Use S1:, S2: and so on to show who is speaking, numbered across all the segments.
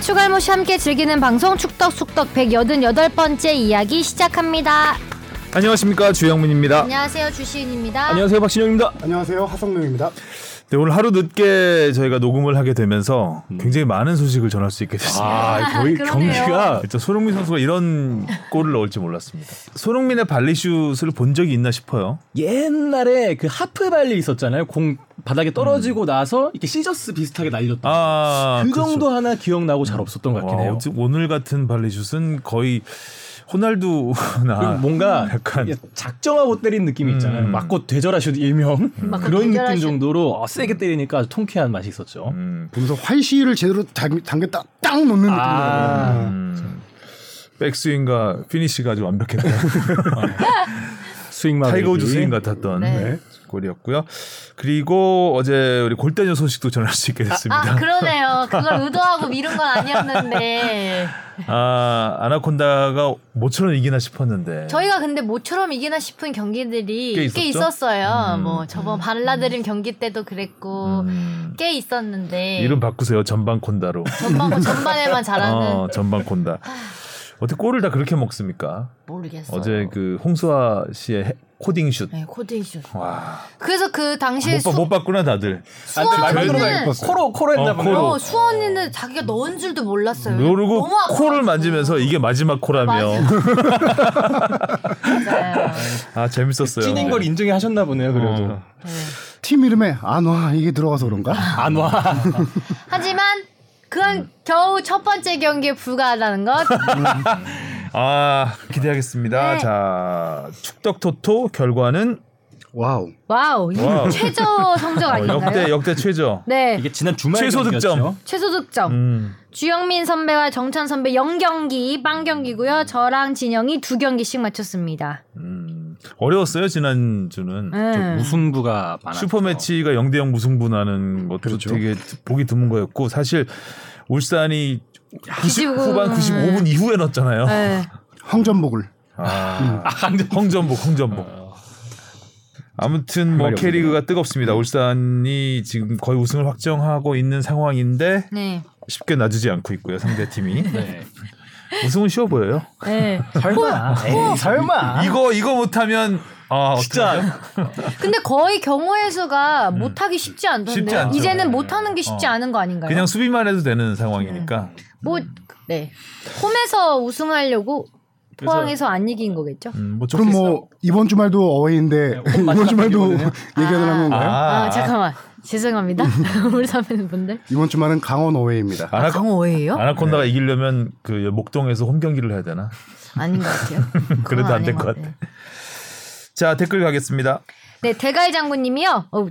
S1: 추갈모시 함께 즐기는 방송 축덕숙덕 188번째 이야기 시작합니다.
S2: 안녕하십니까 주영민입니다.
S1: 안녕하세요. 주시은입니다.
S3: 안녕하세요 박신영입니다.
S4: 안녕하세요 하성룡입니다.
S2: 네, 오늘 하루 늦게 저희가 녹음을 하게 되면서 굉장히 많은 소식을 전할 수 있게 됐습니다.
S3: 아 거의 경기가
S2: 진짜 손흥민 선수가 이런 골을 넣을지 몰랐습니다. 손흥민의 발리슛을 본 적이 있나 싶어요.
S3: 옛날에 그 하프 발리 있었잖아요. 공 바닥에 떨어지고 나서 이렇게 시저스 비슷하게 날렸다.
S2: 음. 아,
S3: 그
S2: 그렇죠.
S3: 정도 하나 기억나고 잘 없었던 것 같긴
S2: 와,
S3: 해요.
S2: 어째- 오늘 같은 발리슛은 거의
S3: 그리고
S2: 호날두나
S3: 뭔가
S2: 아, 약간
S3: 작정하고 때린 느낌이 있잖아요.
S2: 음.
S3: 맞고 되절하셔도 일명
S1: 맞고
S3: 그런 느낌
S1: 음. 되절하셔도-
S3: 정도로 어, 세게 때리니까 아주 통쾌한 맛이 있었죠.
S2: 음,
S4: 보면서 활시를 제대로 담- 당겼다 딱 놓는
S3: 아.
S4: 느낌이에요.
S2: 음. 백스윙과 피니시가 아주 완벽했다.
S3: 스윙
S2: 타이거 우즈
S3: 마블이.
S2: 스윙 같았던
S1: 네.
S2: 네, 골이었고요. 그리고 어제 우리 골대녀 소식도 전할 수 있게 됐습니다.
S1: 아, 그러네요. 그걸 의도하고 미룬 건 아니었는데.
S2: 아 아나콘다가 모처럼 이기나 싶었는데
S5: 저희가 근데 모처럼 이기나 싶은 경기들이
S2: 꽤
S5: 꽤,
S2: 있었죠?
S5: 있었, 어요
S2: 음.
S5: 뭐 저번 발라드림 경기 때도 그랬고
S2: 음,
S5: 꽤 있었는데
S2: 이름 바꾸세요 전방 콘다로
S5: 전반 전반에만 잘하는
S2: 어, 전방 콘다 어떻게 골을 다 그렇게 먹습니까?
S5: 모르겠어요.
S2: 어제 그 홍수아 씨의 해- 코딩 슛
S5: 네, 코드이슈.
S2: 와,
S5: 그래서 그
S2: 어.
S5: 당시에
S2: 못, 봐-
S5: 수,
S2: 못 봤구나 다들
S3: 아, 그 말만
S1: 네.
S5: 수원이는
S3: 들어도 코로 코로 했나
S2: 어,
S3: 보네요.
S2: 코로.
S5: 어, 수원이는 자기가 넣은 줄도 몰랐어요.
S2: 모르고
S5: 너무 아파가지고.
S2: 코를 만지면서 이게 마지막 코라며
S5: 맞아요.
S2: 아 재밌었어요
S3: 찐인 걸 인정해 하셨나 보네요. 그래도
S2: 어.
S4: 팀 이름에 안와 이게 들어가서 그런가?
S3: 안 와.
S5: 하지만 그건
S2: 음.
S5: 겨우 첫 번째 경기에 불과하다는 것.
S2: 아 기대하겠습니다.
S5: 네.
S2: 자 축덕 토토 결과는
S4: 와우.
S5: 와우, 이
S2: 와우.
S5: 최저 성적
S2: 어,
S5: 아닌가요?
S2: 역대 역대 최저.
S5: 네,
S3: 이게 지난 주말
S2: 최소
S3: 경기였죠.
S2: 득점.
S5: 최소 득점.
S2: 음.
S5: 주영민 선배와 정찬 선배 0경기 빵경기고요 저랑 진영이 두경기씩 맞췄습니다.
S2: 음.
S5: 네.
S2: 어려웠어요 지난 주는.
S1: 네.
S5: 음.
S3: 무승부가 많았죠.
S2: 슈퍼 매치가 0대 0 무승부 나는 것도
S3: 그렇죠.
S2: 되게 보기 드문 거였고 사실 울산이 90,
S5: 뒤집고.
S2: 후반 95분 이후에 넣었잖아요.
S5: 네.
S4: 황전복을.
S2: 아, 홍전복 홍전복. 아무튼 뭐
S3: 말이 없네요.
S2: K리그가 뜨겁습니다. 울산이 지금 거의 우승을 확정하고 있는 상황인데
S5: 네.
S2: 쉽게 놔주지 않고 있고요 상대 팀이
S3: 네.
S2: 우승은 쉬워 보여요.
S5: 네.
S3: 설마. 에이, 설마.
S2: 이거 이거 못하면 아
S1: 음.
S2: 진짜
S3: 진짜
S5: 근데 거의 경우의 수가 못하기 쉽지 않던데요.
S2: 네. 쉽지 않죠.
S5: 이제는 못하는 게 쉽지
S2: 어.
S5: 않은 거 아닌가요?
S2: 그냥 수비만 해도 되는 상황이니까
S5: 뭐 네. 홈에서 우승하려고 포항에서 안 이긴 거겠죠?
S2: 음, 뭐
S4: 그럼 뭐 이번 주말도 어웨이인데
S3: 네,
S4: 이번 주말도
S3: 마지막
S4: 얘기하는 건가요?
S5: 아,
S2: 아,
S5: 잠깐만. 죄송합니다. 우리 선배님분들.
S4: 이번 주말은 강원 어웨이입니다.
S2: 아나콘,
S5: 강호예요?
S2: 아나콘다가 이기려면 그 목동에서 홈 경기를 해야 되나?
S5: 아닌 것 같아요.
S2: 그래도
S5: 그건
S2: 안 될
S5: 아닌
S2: 것 같아. 자 댓글 가겠습니다.
S5: 네, 대갈 장군님이요. 어,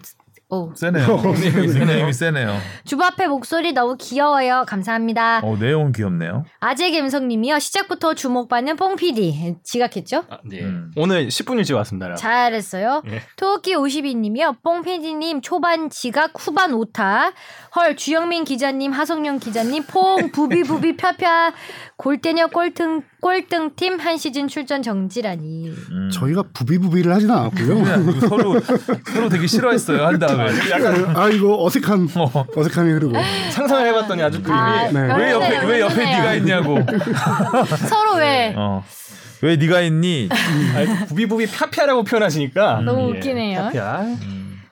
S5: 어,
S2: 세네요. 닉네임이 세네요.
S5: 주바페 목소리 너무 귀여워요. 감사합니다.
S2: 어 내용은 귀엽네요.
S5: 아재 감성님이요. 시작부터 주목받는 뽕피디 지각했죠?
S3: 아, 네.
S2: 음.
S3: 오늘 10분 일찍 왔습니다.
S5: 잘했어요.
S3: 예.
S5: 토끼 52님이요. 뽕피디님 초반 지각 후반 오타. 헐 주영민 기자님 하성룡 기자님 퐁 부비부비 펴펴 골대녀 꼴등 꼴등 팀 한 시즌 출전 정지라니.
S2: 음.
S4: 저희가 부비부비를 하진 않았고요.
S2: 그냥 이거 서로 서로 되게 싫어했어요 한 다음에.
S4: 아 이거 어색함
S2: 어.
S4: 어색함이 흐르고
S3: 상상을 해봤더니 아주 그림이
S5: 아,
S4: 네.
S2: 왜 옆에 왜 옆에 네가 있냐고.
S5: 서로 왜
S2: 어. 왜 네가 있니?
S3: 아니, 부비부비 파피아라고 표현하시니까
S1: 음.
S5: 너무 웃기네요.
S3: 파피아.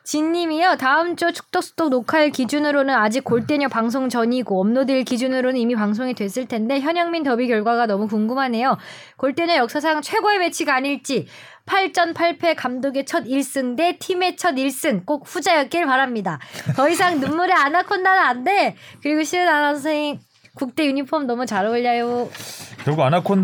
S5: 진님이요 다음 주 축덕수덕 녹화일 기준으로는 아직 골대녀 방송 전이고 업로드일 기준으로는 이미 방송이 됐을 텐데 현영민 더비 결과가 너무 궁금하네요. 골대녀 역사상 최고의 매치가 아닐지 8전 8패 감독의 첫 1승 대 팀의 첫 1승 꼭 후자였길 바랍니다. 더 이상 눈물의 아나콘다는 안 돼. 그리고 시은 아나 선생 국대 유니폼 너무 잘 어울려요.
S2: 결국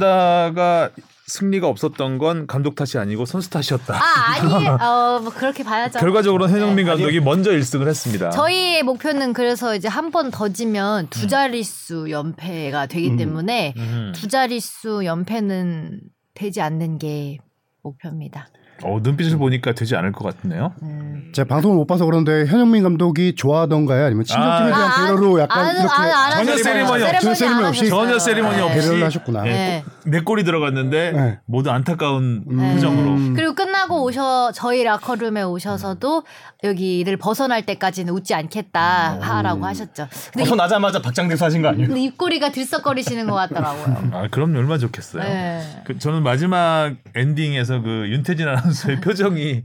S2: 아나콘다가 승리가 없었던 건 감독 탓이 아니고 선수 탓이었다.
S5: 아 아니 어뭐 그렇게 봐야죠.
S2: 결과적으로 현영민 감독이 먼저 1승을 했습니다.
S5: 저희의 목표는 그래서 이제 한 번 더 지면 두 자릿수 연패가 되기 때문에
S2: 음.
S5: 두 자릿수 연패는 되지 않는 게 목표입니다.
S2: 어, 눈빛을 보니까 되지 않을 것 같네요.
S5: 음.
S4: 제가 방송을 못 봐서 그런데 현영민 감독이 좋아하던가요? 아니면 친정팀에
S2: 아,
S4: 대한
S5: 아,
S4: 배려로 약간
S5: 안-
S4: 이렇게
S5: 안- 안
S2: 전혀
S5: 하셨어요.
S2: 세리머니 없이.
S4: 전혀
S5: 세리머니 안
S4: 세리머니 없이.
S5: 하셨어요.
S2: 전혀 세리머니 없이.
S4: 배려를 하셨구나.
S5: 네.
S2: 내 골이 들어갔는데
S4: 네.
S2: 모두 안타까운
S4: 음.
S2: 표정으로.
S5: 그리고 끝나고
S2: 음.
S1: 또 오셔 저희 라커룸에 오셔서도 여기를 벗어날 때까지는 웃지 않겠다
S2: 음.
S1: 하라고 하셨죠. 근데,
S3: 벗어 나자마자 박장대소 하신 거 아니에요?
S1: 근데 입꼬리가 들썩거리시는 것 같더라고요.
S2: 아 그럼 얼마 나 좋겠어요.
S1: 네.
S2: 그, 저는 마지막 엔딩에서 그 윤태진 아나운서의 표정이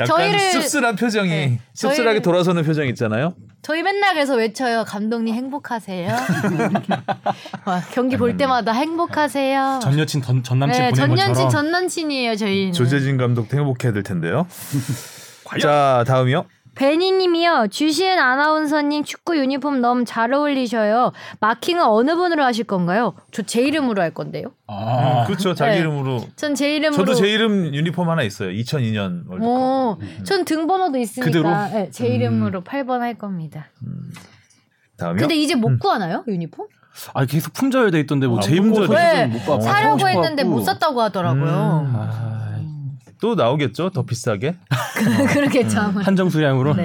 S2: 약간
S1: 저희를-
S2: 씁쓸한 표정이
S1: 네.
S2: 씁쓸하게
S1: 저희를-
S2: 돌아서는 표정 있잖아요.
S1: 저희 맨날 그래서 외쳐요. 감독님 행복하세요. 막 경기
S2: 음.
S1: 볼 때마다 행복하세요.
S3: 전 여친 던- 전 남친
S1: 네,
S3: 보낸
S1: 전년친
S3: 것처럼
S1: 전남친이에요 저희는.
S2: 조재진 감독도 행복해야 될 텐데요. 자 다음이요.
S5: 베니님이요. 주시은 아나운서님 축구 유니폼 너무 잘 어울리셔요. 마킹은 어느 분으로 하실 건가요? 저 제 이름으로 할 건데요.
S3: 아,
S2: 그렇죠 자기
S5: 네.
S2: 이름으로.
S5: 전 제 이름으로.
S2: 저도 제 이름 유니폼 하나 있어요. 2002년 월드컵.
S5: 오, 음, 전 등번호도 있으니까
S3: 그대로?
S5: 네, 제 이름으로 8번 할 겁니다.
S2: 다음이요.
S5: 근데 이제 못 구하나요 유니폼?
S3: 아, 계속 품절돼 있던데 뭐
S2: 아,
S3: 제입고
S2: 품절돼
S1: 네,
S3: 못
S2: 어,
S3: 봐.
S1: 사려고
S3: 사고
S1: 했는데
S3: 싶어갖고.
S1: 못 샀다고 하더라고요.
S2: 음.
S3: 아,
S2: 또 나오겠죠 더 비싸게.
S5: 그러겠죠 아마.
S3: 한정 수량으로
S5: 네.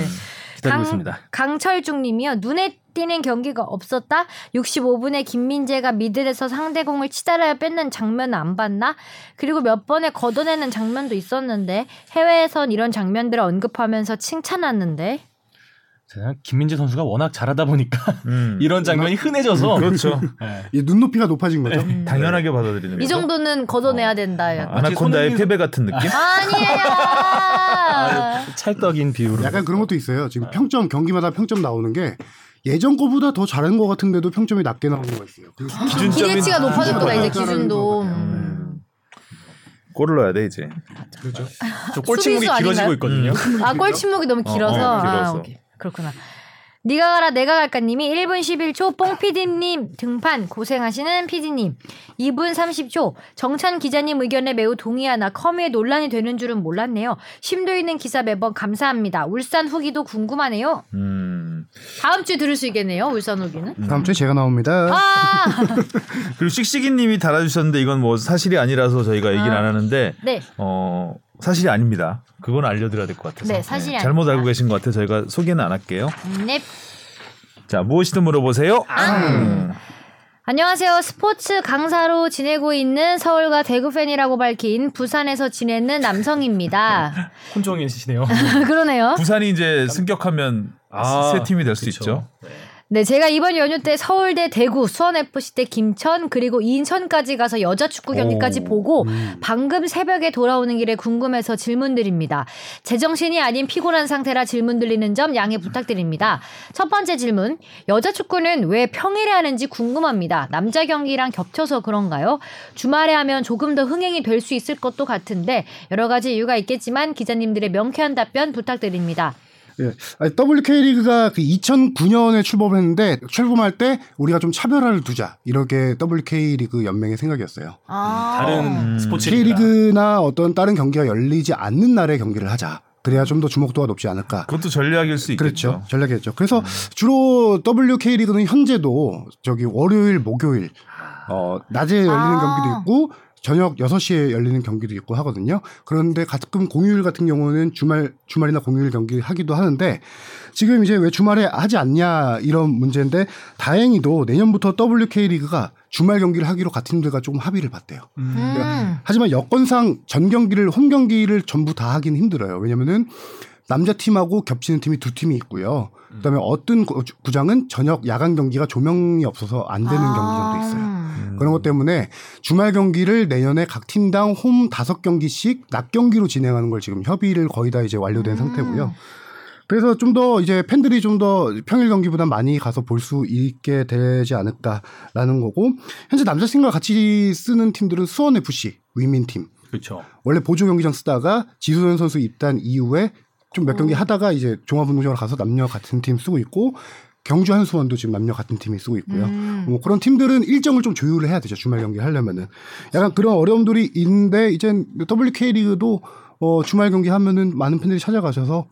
S3: 기다리고 있습니다.
S5: 강철중님이요. 눈에 띄는 경기가 없었다. 65분에 김민재가 미들에서 상대공을 치달아야 뺏는 장면 안 봤나? 그리고 몇 번에 걷어내는 장면도 있었는데 해외에선 이런 장면들을 언급하면서 칭찬하는데
S3: 세상 김민재 선수가 워낙 잘하다 보니까
S2: 음.
S3: 이런 장면이 흔해져서
S2: 그렇죠.
S4: 이 눈높이가 높아진 거죠.
S2: 음. 당연하게 받아들이는
S1: 이
S2: 거죠.
S1: 정도는 걷어내야 된다. 약간.
S2: 아, 아나콘다의
S3: 손흥민-
S2: 패배 같은 느낌?
S1: 아니에요.
S3: 찰떡인 비유로
S4: 약간 그런 것도 있어요. 지금 평점 경기마다 평점 나오는 게 예전 거보다 더 잘한 것 같은데도 평점이 낮게 나오는 거가 있어요. 그리고
S2: 기준점이-
S1: 아, 기대치가 높아졌구나 이제
S4: 기준점이
S1: 기준도.
S4: 낮아진 것 같아요.
S1: 음.
S2: 골을 넣어야 돼 이제.
S4: 그렇죠.
S3: 저 꼴찌목이
S1: 수비수
S3: 길어지고
S1: 아닌가요?
S3: 있거든요.
S1: 아 꼴침묵이 너무 길어서.
S2: 어,
S1: 아,
S2: 길어서.
S1: 오케이.
S5: 그렇구나. 니가 가라 내가 갈까님이 1분 11초 뽕피디님 등판 고생하시는 피디님 2분 30초 정찬 기자님 의견에 매우 동의하나 커뮤에 논란이 되는 줄은 몰랐네요. 심도 있는 기사 매번 감사합니다. 울산 후기도 궁금하네요.
S2: 음.
S5: 다음 주에 들을 수 있겠네요. 울산 후기는.
S4: 그 다음 주에 제가 나옵니다.
S5: 아,
S2: 그리고 씩씩이님이 달아주셨는데 이건 뭐 사실이 아니라서 저희가 얘기를 안 하는데
S5: 네.
S2: 어 사실이 아닙니다. 그건 알려드려야 될 것 같아서.
S5: 네, 사실이
S2: 잘못
S5: 아닙니다.
S2: 알고 계신 것 같아요. 저희가 소개는 안 할게요.
S5: 넵.
S2: 자 무엇이든 물어보세요. 음.
S5: 안녕하세요. 스포츠 강사로 지내고 있는 서울과 대구 팬이라고 밝힌 부산에서 지내는 남성입니다.
S3: 혼종이시네요.
S1: 음.
S5: 그러네요.
S2: 부산이 이제 승격하면
S3: 아,
S2: 세 팀이 될 수
S3: 그쵸.
S2: 있죠.
S5: 네, 제가 이번 연휴 때 서울대, 대구, 수원 FC 때 김천 그리고 인천까지 가서 여자 축구 경기까지
S2: 오,
S5: 보고 방금 새벽에 돌아오는 길에 궁금해서 질문드립니다. 제정신이 아닌 피곤한 상태라 질문 들리는 점 양해 부탁드립니다. 첫 번째 질문. 여자 축구는 왜 평일에 하는지 궁금합니다. 남자 경기랑 겹쳐서 그런가요? 주말에 하면 조금 더 흥행이 될 수 있을 것도 같은데 여러 가지 이유가 있겠지만 기자님들의 명쾌한 답변 부탁드립니다.
S4: 예. 아니, WK리그가 그 2009년에 출범을 했는데 출범할 때 우리가 좀 차별화를 두자 이렇게 WK리그 연맹의 생각이었어요.
S5: 아.
S3: 다른
S1: 음.
S3: 스포츠
S4: K리그나 어떤 다른 경기가 열리지 않는 날에 경기를 하자. 그래야 좀 더 주목도가 높지 않을까.
S2: 그것도 전략일 수 있겠죠. 음.
S4: 그렇죠. 전략이었죠. 그래서 주로 WK 리그는 현재도 저기 월요일, 목요일
S2: 아.
S4: 어, 낮에 열리는 경기도 있고 저녁 6시에 열리는 경기도 있고 하거든요. 그런데 가끔 공휴일 같은 경우는 주말 주말이나 공휴일 경기 하기도 하는데 지금 이제 왜 주말에 하지 않냐 이런 문제인데 다행히도 내년부터 WK 리그가 주말 경기를 하기로 각 팀들과 조금 합의를 봤대요.
S1: 음.
S4: 하지만 여건상 전 경기를 홈 경기를 전부 다 하긴 힘들어요. 왜냐면은 남자 팀하고 겹치는 팀이 두 팀이 있고요. 그다음에 어떤 구- 구장은 저녁 야간 경기가 조명이 없어서 안 되는 경기장도 있어요. 그런 것 때문에 주말 경기를 내년에 각 팀당 홈 다섯 경기씩 낮 경기로 진행하는 걸 지금 협의를 거의 다 이제 완료된 상태고요. 그래서 좀 더 이제 팬들이 좀 더 평일 경기보다 많이 가서 볼 수 있게 되지 않을까라는 거고 현재 남자팀과 같이 쓰는 팀들은 수원 FC 위민팀
S3: 그렇죠.
S4: 원래 보조 경기장 쓰다가 지수현 선수 입단 이후에 좀 몇
S1: 음.
S4: 경기 하다가 이제 종합운동장으로 가서 남녀 같은 팀 쓰고 있고 경주 한수원도 지금 남녀 같은 팀이 쓰고 있고요.
S1: 음.
S4: 뭐 그런 팀들은 일정을 좀 조율을 해야 되죠. 주말 경기 하려면은 약간 그런 어려움들이 있는데 이제 WK 리그도 어 주말 경기 하면은 많은 팬들이 찾아가셔서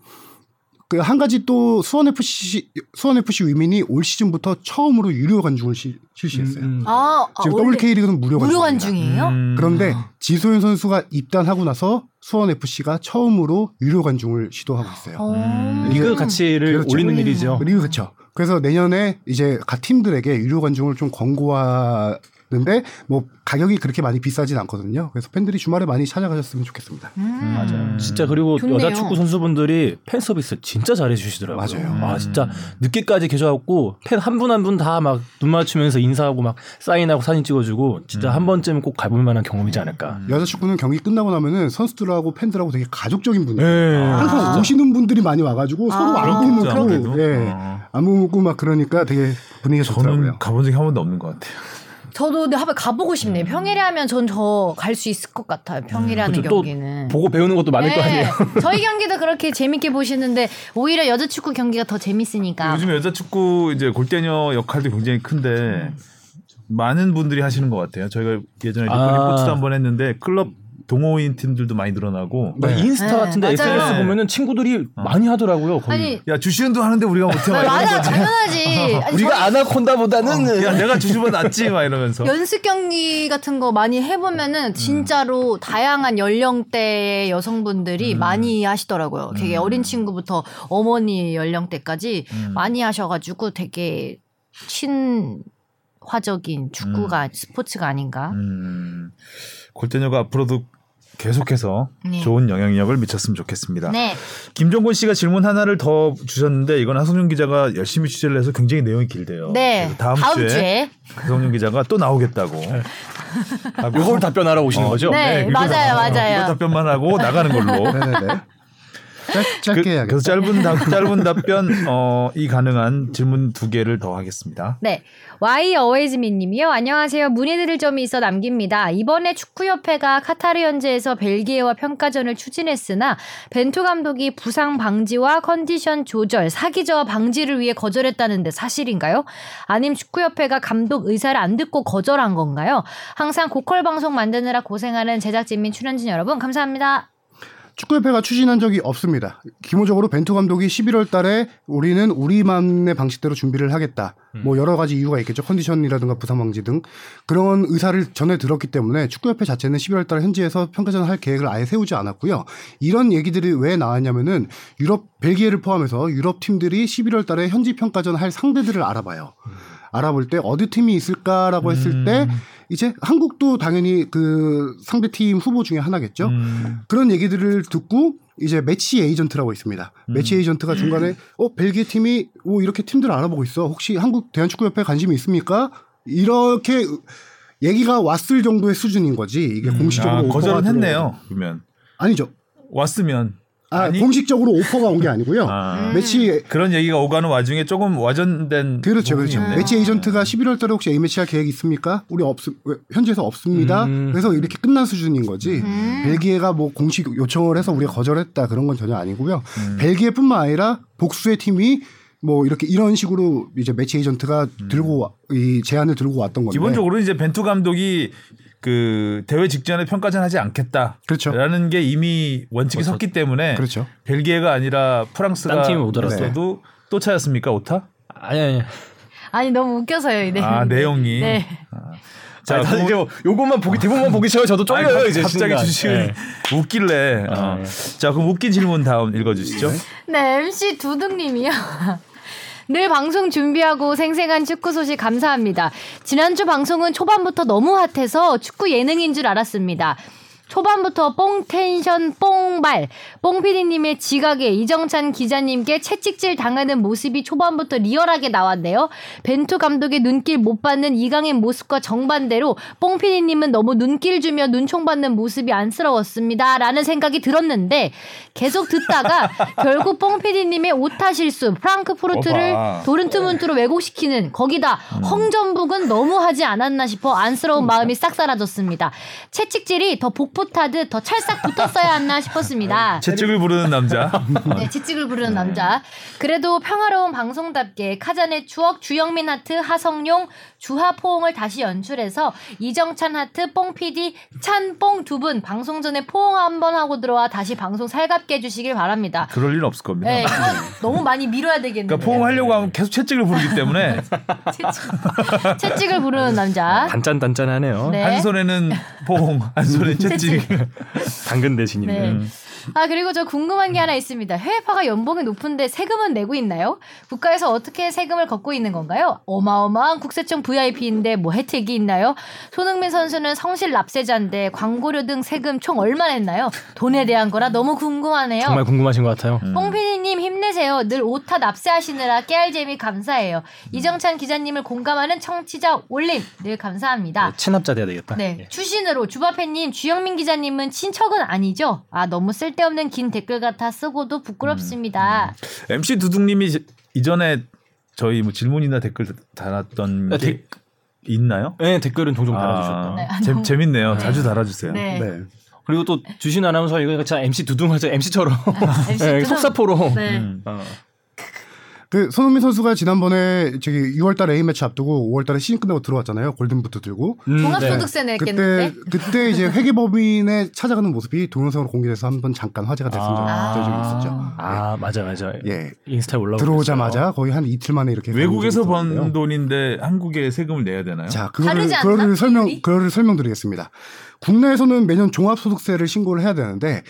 S4: 그 한 가지 또 수원 FC 수원 FC 위민이 올 시즌부터 처음으로 유료 관중을 시- 실시했어요.
S1: 아, 아,
S4: 지금
S1: 원래
S4: WK 리그는 무료
S1: 무료
S4: 관중입니다.
S1: 관중이에요?
S2: 음.
S4: 그런데 지소연 선수가 입단하고 나서 수원 FC가 처음으로 유료 관중을 시도하고 있어요.
S2: 네,
S1: 어.
S3: 리그
S4: 이게-
S3: 가치를
S4: 그렇죠.
S3: 올리는 일이죠.
S4: 리그 그렇죠. 그래서 내년에 이제 각 팀들에게 유료 관중을 좀 권고하는 근데 뭐 가격이 그렇게 많이 비싸진 않거든요. 그래서 팬들이 주말에 많이 찾아가셨으면 좋겠습니다.
S1: 음.
S2: 맞아요.
S6: 진짜 그리고
S1: 좋네요.
S6: 여자 축구 선수분들이 팬 서비스 진짜 잘해 주시더라고요.
S4: 맞아요.
S6: 아 진짜 늦게까지 계셔갖고 팬 한 분 한 분 다 막 눈 맞추면서 인사하고 막 사인하고 사진 찍어주고 진짜 한 번쯤은 꼭 가볼 만한 경험이지 않을까.
S4: 여자 축구는 경기 끝나고 나면은 선수들하고 팬들하고 되게 가족적인 분위기.
S2: 예.
S4: 항상 오시는 분들이 많이 와가지고 서로 안고
S2: 그렇겠죠,
S4: 묻고,
S2: 아무래도.
S4: 예,
S2: 어.
S4: 안 묻고 막 그러니까 되게 분위기가
S2: 저는
S4: 좋더라고요.
S2: 가본 적이 한 번도 없는 것 같아요.
S1: 저도 근데 한번 가보고 싶네요. 평일에 하면 전 저 갈 수 있을 것 같아요. 평일에 하는
S3: 그렇죠. 또
S1: 경기는. 네.
S3: 보고 배우는 것도 많을 거 아니에요.
S1: 저희 경기도 그렇게 재밌게 보시는데 오히려 여자 축구 경기가 더 재밌으니까.
S2: 요즘 여자 축구 이제 골대녀 역할도 굉장히 큰데 많은 분들이 하시는 것 같아요. 저희가 예전에
S6: 아.
S2: 리포리 코치도 한 번 했는데 클럽 동호인 팀들도 많이 늘어나고
S6: 막 인스타
S1: 네,
S6: 같은데
S1: 맞아요.
S6: SNS 보면은 친구들이 많이 하더라고요. 거기.
S1: 아니
S2: 야 주시은도 하는데 우리가 못해 막 이러는
S1: 맞아
S2: 거지.
S1: 당연하지. 아니,
S6: 우리가 아나콘다보다는
S2: 야 내가 주주보 낫지 막 이러면서.
S1: 연습 경기 같은 거 많이 해보면은
S2: 음.
S1: 진짜로 다양한 연령대의 여성분들이
S2: 음.
S1: 많이 하시더라고요. 되게 어린 친구부터 어머니 연령대까지
S2: 음.
S1: 많이 하셔가지고 되게 친화적인 축구가 스포츠가 아닌가.
S2: 음, 골대녀가 앞으로도 계속해서
S1: 네.
S2: 좋은 영향력을 미쳤으면 좋겠습니다.
S1: 네.
S2: 김종곤 씨가 질문 하나를 더 주셨는데 이건 하성룡 기자가 열심히 취재를 해서 굉장히 내용이 길대요.
S1: 네.
S2: 그래서 다음, 주에, 하성룡 기자가 또 나오겠다고. 하고
S6: 요걸 답변하러 오시는
S2: 어.
S6: 거죠?
S1: 네,
S2: 이거
S1: 맞아요,
S2: 나-
S1: 맞아요.
S2: 이거 답변만 하고 나가는 걸로.
S4: 네네네. 짧, 짧게
S2: 그,
S4: 해야겠다.
S2: 그래서 짧은 답, 짧은 답변 어, 이 가능한 질문 두 개를 더 하겠습니다.
S5: 네. Y 어웨이즈미님이요. 안녕하세요. 문의드릴 점이 있어 남깁니다. 이번에 축구협회가 카타르 현지에서 벨기에와 평가전을 추진했으나 벤투 감독이 부상 방지와 컨디션 조절, 사기 저하 방지를 위해 거절했다는데 사실인가요? 아님 축구협회가 감독 의사를 안 듣고 거절한 건가요? 항상 고퀄 방송 만드느라 고생하는 제작진 및 출연진 여러분 감사합니다.
S4: 축구협회가 추진한 적이 없습니다. 기본적으로 벤투 감독이 11월 달에 우리는 우리만의 방식대로 준비를 하겠다. 뭐 여러 가지 이유가 있겠죠. 컨디션이라든가 부상 방지 등 그런 의사를 전에 들었기 때문에 축구협회 자체는 11월 달에 현지에서 평가전을 할 계획을 아예 세우지 않았고요. 이런 얘기들이 왜 나왔냐면은 유럽 벨기에를 포함해서 유럽 팀들이 11월 달에 현지 평가전 할 상대들을 알아봐요. 알아볼 때 어디 팀이 있을까라고 했을
S2: 음.
S4: 때 이제 한국도 당연히 그 상대 팀 후보 중에 하나겠죠.
S2: 음,
S4: 그런 얘기들을 듣고 이제 매치 에이전트라고 있습니다.
S2: 음.
S4: 매치 에이전트가 중간에 어 벨기에 팀이 오 이렇게 팀들 알아보고 있어. 혹시 한국 대한축구협회 관심이 있습니까? 이렇게 얘기가 왔을 정도의 수준인 거지. 이게 공식적으로
S2: 아,
S4: 오퍼가
S2: 거절은
S4: 들어오고.
S2: 했네요. 그러면
S4: 아니죠.
S2: 왔으면
S4: 아,
S2: 아니?
S4: 공식적으로 오퍼가 온 게 아니고요.
S2: 아,
S4: 매치
S2: 그런 얘기가 오가는 와중에 조금 와전된
S4: 그렇죠, 그렇죠.
S2: 부분이 있네요.
S4: 매치 에이전트가 11월 달에 혹시 A 매치할 계획 있습니까? 우리 없 현지에서 없습니다.
S6: 음.
S4: 그래서 이렇게 끝난 수준인 거지.
S2: 음.
S4: 벨기에가 뭐 공식 요청을 해서 우리가 거절했다 그런 건 전혀 아니고요.
S2: 음.
S4: 벨기에뿐만 아니라 복수의 팀이 뭐 이렇게 이런 식으로 이제 매치 에이전트가 들고 와- 이 제안을 들고 왔던 건데.
S2: 음. 기본적으로 이제 벤투 감독이 그 대회 직전에 평가전 하지 않겠다.
S4: 그렇죠.
S2: 라는 게 이미 원칙이 섰기 때문에
S4: 그렇죠. 네.
S2: 벨기에가 아니라 프랑스가
S6: 딴 팀이 오더라도.
S2: 있어도 또 차였습니까 오타?
S6: 아니 아니.
S5: 아니 너무 웃겨서요. 이 내용이.
S2: 아 내용이.
S5: 네.
S2: 아.
S6: 자,
S2: 자,
S6: 이제 뭐 요것만 보기 대본만 보기 싫어요. 저도
S2: 아니,
S6: 쫄려요
S2: 갑-
S6: 이제
S2: 갑자기
S6: 순간.
S2: 주시은
S6: 네.
S2: 웃길래. 어. 자 그럼 웃긴 질문 다음 읽어주시죠.
S5: 네, MC 두둥님이요. 늘 방송 준비하고 생생한 축구 소식 감사합니다. 지난주 방송은 초반부터 너무 핫해서 축구 예능인 줄 알았습니다. 초반부터 뽕 텐션 뽕발 뽕피디님의 지각에 이정찬 기자님께 채찍질 당하는 모습이 초반부터 리얼하게 나왔네요. 벤투 감독의 눈길 못 받는 이강인 모습과 정반대로 뽕피디님은 너무 눈길 주며 눈총 받는 모습이 안쓰러웠습니다라는 생각이 들었는데 계속 듣다가 결국 뽕피디님의 오타 실수 프랑크푸르트를
S2: 어봐.
S5: 도른트문트로 왜곡시키는 거기다
S2: 음.
S5: 홍전북은 너무 하지 않았나 싶어 안쓰러운
S2: 그러니까.
S5: 마음이 싹 사라졌습니다. 채찍질이 더 복붙하듯 더 찰싹 붙었어야 했나 싶었습니다.
S2: 채찍을 부르는 남자.
S5: 네, 채찍을 부르는 남자. 그래도 평화로운 방송답게 카잔의 추억 주영민 하트 하성룡 주하 포옹을 다시 연출해서 이정찬 하트 뽕 PD 찬뽕 두 분 방송 전에 포옹 한 번 하고 들어와 다시 방송 살갑게 해주시길 바랍니다.
S2: 그럴 일은 없을 겁니다.
S5: 네, 이건 너무 많이 밀어야 되겠네요.
S2: 그러니까 포옹하려고 하면 계속 채찍을 부르기 때문에
S5: 채찍을
S2: 아,
S5: 부르는
S1: 아.
S5: 남자.
S6: 단짠단짠하네요.
S5: 네.
S2: 한 손에는 포옹, 한 손에 채찍.
S6: 당근 대신인데.
S5: 네. 아 그리고 저 궁금한 게 하나 있습니다. 해외파가 연봉이 높은데 세금은 내고 있나요? 국가에서 어떻게 세금을 걷고 있는 건가요? 어마어마한 국세청 VIP인데 뭐 혜택이 있나요? 손흥민 선수는 성실 납세자인데 광고료 등 세금 총 얼마 냈나요? 돈에 대한 거라 너무 궁금하네요.
S6: 정말 궁금하신 것 같아요.
S5: 홍피디님 힘내세요. 늘 오타 납세하시느라 깨알 재미 감사해요. 이정찬 기자님을 공감하는 청취자 올림 늘 감사합니다.
S6: 체납자 뭐 돼야 되겠다.
S5: 네.
S6: 예.
S5: 추신으로 주바페님, 주영민 기자님은 친척은 아니죠? 아, 너무 쓸데없는 긴 댓글 같아 쓰고도 부끄럽습니다.
S2: 음, MC 두둥님이 제- 이전에 저희 뭐 질문이나 댓글 달았던
S6: 아,
S2: 게
S6: 댓-
S2: 있나요?
S6: 네, 댓글은 종종
S2: 아,
S6: 달아주셨다.
S2: 재, 재밌네요. 자주 달아주세요.
S5: 네.
S4: 네.
S6: 그리고 또 주신 아나운서 이거 참 MC 두둥하죠. 아, MC처럼 예,
S5: MC 두둥.
S6: 속사포로.
S5: 네.
S2: 음.
S4: 그 손흥민 선수가 지난번에 저기 6월달에 A매치 앞두고 5월달에 시즌 끝나고 들어왔잖아요. 골든부트 들고.
S6: 음,
S5: 종합소득세 냈겠는데?
S4: 그때 그때 이제 회계법인에 찾아가는 모습이 동영상으로 공개돼서 한번 잠깐 화제가 됐습니다.
S6: 아.
S4: 좀 있었죠.
S6: 아 맞아 맞아.
S4: 예.
S5: 네.
S6: 인스타에 올라오고
S4: 들어오자마자 거의 한 이틀 만에 이렇게
S2: 외국에서 네.
S4: 나온 적이
S2: 번
S4: 있었는데요.
S2: 돈인데 한국에 세금을 내야 되나요?
S4: 자, 그거를,
S5: 다르지 않나?
S4: 그거를 설명,
S5: 비율이?
S4: 그거를 설명드리겠습니다. 국내에서는 매년 종합소득세를 신고를 해야 되는데,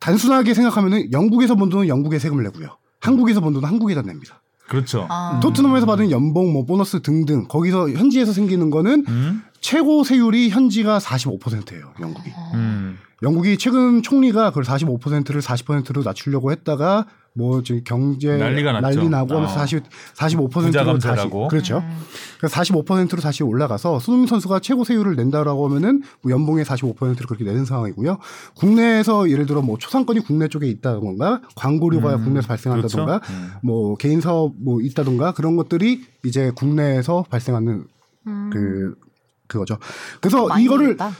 S4: 단순하게 생각하면은 영국에서 번 돈은 영국에 세금을 내고요. 한국에서 번 돈은 한국에다 냅니다.
S2: 그렇죠.
S5: 음.
S1: 아.
S4: 토트넘에서 받은 연봉, 뭐, 보너스 등등, 거기서 현지에서 생기는 거는
S2: 음?
S4: 최고 세율이 현지가 45%예요, 영국이.
S2: 음.
S4: 영국이 최근 총리가 그걸 45%를 40%로 낮추려고 했다가 뭐 지금 경제
S2: 난리가 났죠.
S4: 난리 나고 하면서
S2: 어.
S4: 40 45%로 다시
S2: 부자감세라고.
S4: 그렇죠.
S1: 음.
S4: 그래서 45%로 다시 올라가서 손흥민 선수가 최고 세율을 낸다라고 하면은 뭐 연봉의 45%를 그렇게 내는 상황이고요. 국내에서 예를 들어 뭐 초상권이 국내 쪽에 있다던가 광고료가 국내에서 발생한다던가
S2: 음. 그렇죠. 음.
S4: 뭐 개인 사업 뭐 있다던가 그런 것들이 이제 국내에서 발생하는 그 그거죠. 그래서
S1: 음. 많이
S4: 이거를
S1: 모르겠다.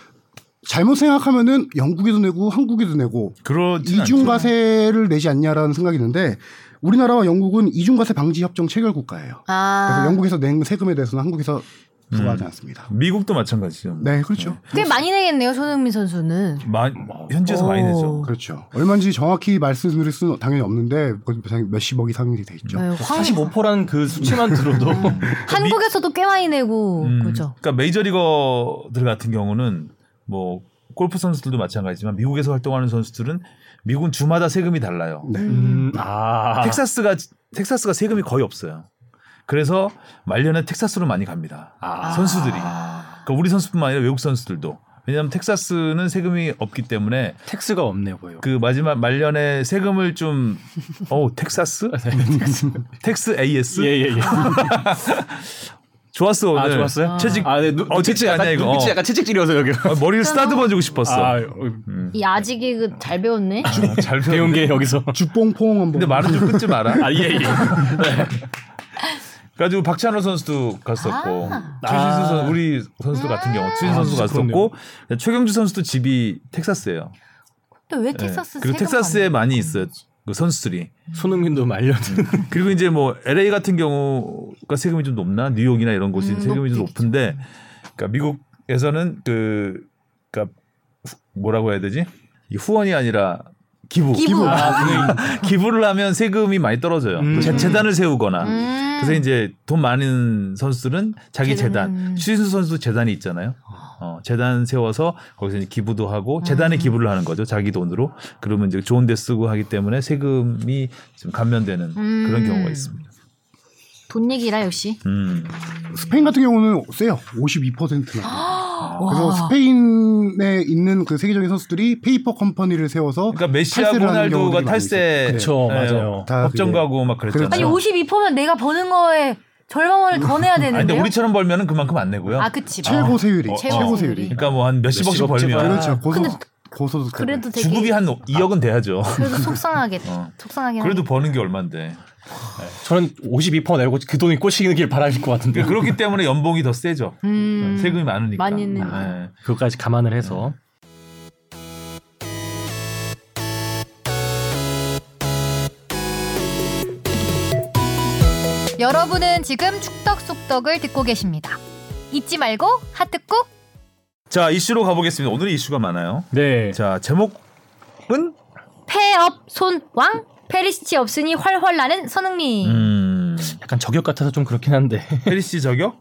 S4: 잘못 생각하면은 영국에도 내고 한국에도 내고
S2: 그러진 않죠.
S4: 이중과세를 내지 않냐라는 생각이 있는데 우리나라와 영국은 이중과세 방지 협정 체결 국가예요. 그래서
S1: 아.
S4: 영국에서 낸 세금에 대해서는 한국에서
S2: 음.
S4: 부과하지 않습니다.
S2: 미국도 마찬가지죠.
S4: 네, 그렇죠.
S5: 꽤 많이 내겠네요, 손흥민 선수는. 네,
S2: 마- 현지에서
S1: 오.
S2: 많이 내죠.
S4: 그렇죠. 얼마인지 정확히 말씀드릴 수는 당연히 없는데 그건 그냥 몇십억 이상이 돼 있죠.
S1: 네, 황-
S6: 45%라는 그 수치만 들어도
S5: 한국에서도 꽤 많이 내고,
S2: 그러니까 음,
S5: 그죠?
S2: 그러니까 메이저리거들 같은 경우는 뭐 골프 선수들도 마찬가지지만 미국에서 활동하는 선수들은 미국은 주마다 세금이 달라요.
S4: 네.
S6: 음, 아
S2: 텍사스가 텍사스가 세금이 거의 없어요. 그래서 말년에 텍사스로 많이 갑니다.
S4: 아.
S2: 선수들이. 그러니까 우리 선수뿐만 아니라 외국 선수들도. 왜냐하면 텍사스는 세금이 없기 때문에
S6: 텍스가 없네요 보여.
S2: 그 마지막 말년에 세금을 좀 어우 텍사스
S4: 네.
S2: 텍스 AS
S6: 예예 예.
S2: 좋았어 오늘
S6: 아 좋았어요.
S2: 채찍
S6: 아, 네, 눈,
S2: 어, 채찍 아니야,
S6: 약간,
S2: 이거.
S6: 눈빛이
S2: 어.
S6: 약간 채찍질이어서 여기.
S2: 아, 머리를 쓰다듬어 주고 싶었어
S6: 아,
S5: 이 아직이 그잘 배웠네.
S2: 아, 잘 배운
S6: 배운 게 음. 여기서.
S4: 주뽕퐁 한번.
S2: 근데 말은 좀 끊지 마라
S6: 아 예 예.
S2: 그래가지고 박찬호 선수도 갔었고
S1: 아.
S2: 최진수 선수 우리 선수도 같은 경우 최진 선수
S6: 아,
S2: 갔었고 최경주 선수도 집이 텍사스예요.
S1: 근데 왜
S2: 예.
S1: 텍사스 세금
S2: 그리고 텍사스에
S1: 받는
S2: 많이
S1: 거지?
S2: 있어요. 그 선수들이
S6: 손흥민도 말려든.
S2: 그리고 이제 뭐 LA 같은 경우가 세금이 좀 높나 뉴욕이나 이런 곳이
S1: 음,
S2: 세금이 좀
S1: 높겠죠.
S2: 높은데 그러니까 미국에서는 그 그러니까 후- 뭐라고 해야 되지 이 후원이 아니라 기부
S1: 기부.
S6: 아,
S2: 기부를 하면 세금이 많이 떨어져요.
S6: 음.
S2: 재- 재단을 세우거나
S1: 음.
S2: 그래서 이제 돈 많은 선수들은 자기 재단,
S1: 재단.
S2: 추진수 선수도 재단이 있잖아요. 어, 재단 세워서 거기서 이제 기부도 하고 재단에 기부를 하는 거죠. 자기 돈으로. 그러면 이제 좋은 데 쓰고 하기 때문에 세금이 좀 감면되는
S1: 음.
S2: 그런 경우가 있습니다.
S5: 돈 얘기라, 역시.
S2: 음.
S4: 스페인 같은 경우는 세요. 52%나.
S2: 아,
S4: 그래서
S1: 아. 와.
S4: 스페인에 있는 그 세계적인 선수들이 페이퍼 컴퍼니를 세워서
S2: 그러니까 메시하고
S4: 탈세를 하는 경우들이
S2: 호날두가
S4: 많이
S2: 탈세
S4: 있어요.
S6: 그쵸
S2: 네,
S6: 맞아요.
S4: 다
S2: 법정
S4: 그게-
S2: 가고 막 그랬잖아요.
S4: 그렇죠.
S1: 아니 52%면 내가 버는 거에 절반을 더 내야
S2: 아니, 근데
S1: 되는데.
S2: 우리처럼 벌면은 그만큼 안 내고요.
S1: 아 그치.
S4: 최고 세율이.
S2: 어,
S4: 최고
S1: 어.
S4: 세율이.
S2: 그러니까 뭐 한 몇십억씩
S6: 몇십억
S2: 벌면
S4: 그렇죠. 고소, 고소득세.
S5: 그래도 되게.
S2: 주급이 한 2억은 돼야죠.
S5: 그래도 속상하겠다.
S2: 어.
S5: 속상하긴
S2: 그래도
S5: 하네.
S2: 버는 게 얼만데.
S6: 저는 52% 내고 그 돈이 꽂히길 바라실 것 같은데.
S2: 그러니까 그렇기 때문에 연봉이 더 세죠.
S1: 음.
S2: 세금이 많으니까.
S1: 많이 내니까.
S2: 네.
S6: 그것까지 감안을 해서.
S5: 여러분은 지금 축덕숙덕을 듣고 계십니다. 잊지 말고 하트 꾹!
S2: 자 이슈로 가보겠습니다. 오늘의 이슈가 많아요.
S6: 네.
S2: 자 제목은
S5: 폐업 손왕 페리시치 없으니 훨훨 나는 선흥민
S2: 음,
S6: 약간 저격 같아서 좀 그렇긴 한데.
S2: 페리시 저격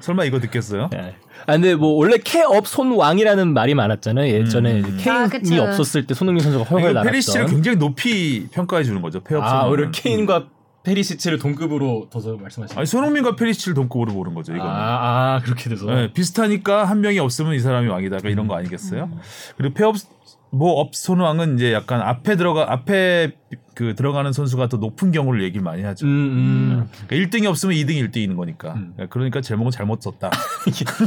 S2: 설마 이거 듣겠어요?
S6: 예. 아 근데 뭐 원래 케업 손왕이라는 말이 많았잖아요. 예전에 케인이
S5: 아, 그쵸.
S6: 없었을 때 손흥민 선수가 허용을
S2: 음. 아, 이거 페리시를
S6: 나갔던.
S2: 굉장히 높이 평가해 주는 거죠. 폐업
S6: 아
S2: 선언은.
S6: 오히려 케인과 페리시치를 동급으로 둬서 말씀하시는.
S2: 음. 아니 손흥민과 페리시를 동급으로 보는 거죠. 이거. 는
S6: 아, 아 그렇게 돼서.
S2: 네, 비슷하니까 한 명이 없으면 이 사람이 왕이다. 그러니까 이런 거 아니겠어요? 그리고 폐업 뭐업 손왕은 이제 약간 앞에 들어가 앞에 그 들어가는 선수가 더 높은 경우를 얘기를 많이 하죠.
S6: 음, 음.
S2: 그러니까 1등이 없으면 2등이 1등인 거니까.
S4: 음.
S2: 그러니까 제목은 잘못 썼다.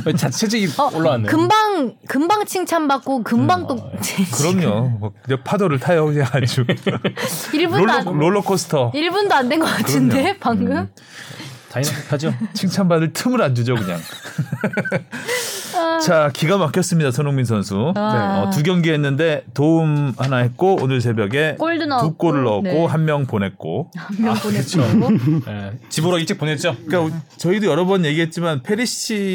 S2: 음.
S6: 자체적이
S5: 어,
S6: 올라왔네.
S1: 금방 금방 칭찬받고 금방 또
S2: 음, 아, 그럼요. 뭐 그냥 파도를 타요 그냥 아주
S4: 네.
S1: 1분도
S2: 롤러,
S5: 뭐
S1: 안
S2: 롤러코스터
S5: 예.
S1: 1분도 안 된 것 같은데
S2: 그럼요. 음.
S1: 방금
S6: 다이나믹하죠.
S2: 칭찬받을 틈을 안 주죠 그냥.
S5: 아.
S2: 자 기가 막혔습니다 손흥민 선수 어, 두 경기 했는데 도움 하나 했고 오늘 새벽에
S5: 골도 넣었고,
S2: 두 골을 넣었고
S5: 네.
S2: 한 명 보냈고
S5: 명 보냈죠. 고
S6: 예. 집으로 일찍 보냈죠.
S2: 그러니까
S5: 네.
S2: 저희도 여러 번 얘기했지만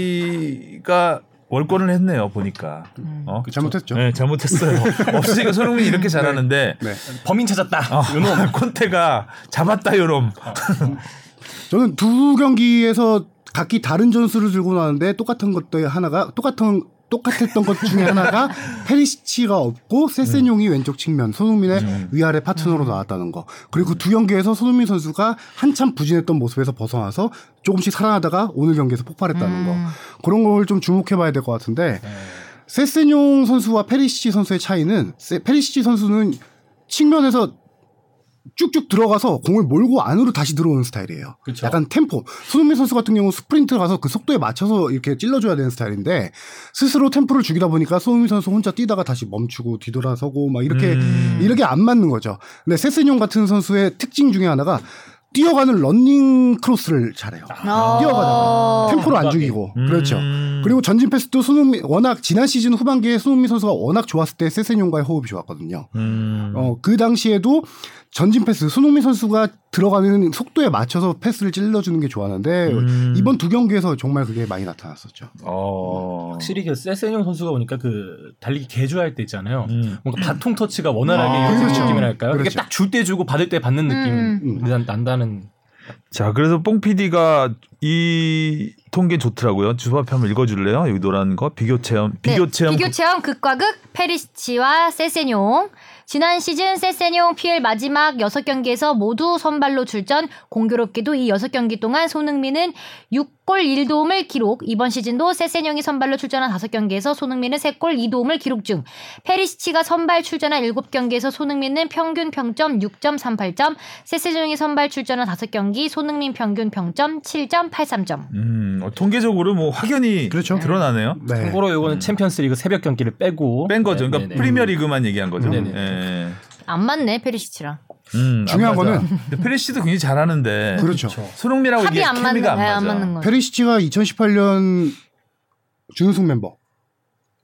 S2: 페리시가 월권을 했네요 보니까
S5: 음.
S2: 어?
S4: 그 잘못했죠.
S2: 네, 잘못했어요 없으니까 손흥민이 이렇게 잘하는데
S4: 네.
S6: 범인 찾았다.
S2: 어, 콘테가 잡았다 요놈
S4: 저는 두 경기에서 각기 다른 전술을 들고 나왔는데 똑같은 것들 하나가 똑같은 똑같았던 것 중에 하나가 페리시치가 없고 세세뇽이 왼쪽 측면 손흥민의 위아래
S5: 음.
S4: 파트너로 나왔다는 거 그리고 두 경기에서 손흥민 선수가 한참 부진했던 모습에서 벗어나서 조금씩 살아나다가 오늘 경기에서 폭발했다는
S5: 음.
S4: 거 그런 걸 좀 주목해봐야 될 것 같은데 세세뇽 선수와 페리시치 선수의 차이는 세- 페리시치 선수는 측면에서 쭉쭉 들어가서 공을 몰고 안으로 다시 들어오는 스타일이에요.
S6: 그쵸.
S4: 약간 tempo. 손흥민 선수 같은 경우 스프린트 가서 그 속도에 맞춰서 이렇게 찔러줘야 되는 스타일인데 스스로 템포를 죽이다 보니까 손흥민 선수 혼자 뛰다가 다시 멈추고 뒤돌아서고 막 이렇게
S6: 음.
S4: 이렇게 안 맞는 거죠. 근데 세스뇽 같은 선수의 특징 중에 하나가 뛰어가는 런닝 크로스를 잘해요.
S6: 아.
S1: 아,
S4: 뛰어가다가 템포를 안 죽이고 그렇죠.
S6: 음.
S2: 음.
S4: 그리고 전진 패스도 손흥민 워낙 지난 시즌 후반기에 손흥민 선수가 워낙 좋았을 때 세세뇽과의 호흡이 좋았거든요.
S2: 음,
S4: 어, 그 당시에도 전진 패스 손흥민 선수가 들어가는 속도에 맞춰서 패스를 찔러주는 게 좋았는데
S2: 음.
S4: 이번 두 경기에서 정말 그게 많이 나타났었죠.
S2: 어.
S6: 확실히 그 세세뇽 선수가 보니까 그 달리기 개주할 때 있잖아요.
S2: 음.
S6: 뭔가 바통 터치가 원활하게
S4: 아,
S6: 이어지는
S4: 그렇죠.
S6: 느낌이랄까요? 이게
S4: 그렇죠.
S6: 딱 줄 때 주고 받을 때 받는 느낌
S5: 음.
S6: 난, 난다는
S2: 자, 그래서 뽕 PD가 이 통계 좋더라고요. 주소앞에 한번 읽어줄래요? 여기 노란 거 비교 체험,
S4: 네,
S2: 비교 체험.
S5: 비교 체험 극과 극 페리시치와 세세뇽. 지난 시즌 세세뇽 PL 마지막 6경기에서 모두 선발로 출전. 공교롭게도 이 6경기 동안 손흥민은 6골 1도움을 기록. 이번 시즌도 세세뇽이 선발로 출전한 5경기에서 손흥민은 3골 2도움을 기록 중. 페리시치가 선발 출전한 7경기에서 손흥민은 평균 평점 6.38점. 세세뇽이 선발 출전한 5경기 손흥민 평균 평점 7.83점.
S2: 음, 어, 통계적으로 뭐 확연히
S4: 그렇죠.
S2: 드러나네요.
S4: 네.
S6: 참고로 요거는 챔피언스리그 새벽 경기를 빼고
S2: 뺀 거죠.
S6: 네,
S2: 그러니까
S6: 네, 네.
S2: 프리미어리그만 얘기한 거죠.
S6: 네네.
S2: 예.
S1: 안 맞네 페리시치랑
S2: 음, 안
S4: 중요한
S2: 맞아.
S4: 거는-
S2: 근데 페리시도 굉장히 잘하는데
S6: 네.
S4: 그렇죠.
S2: 손흥민하고
S1: 합이
S2: 어, 이게
S1: 안 맞는
S4: 네,
S2: 케미가 안 맞아.
S1: 거야 안 맞는 거야
S4: 페리시치가 2018년 준우승 멤버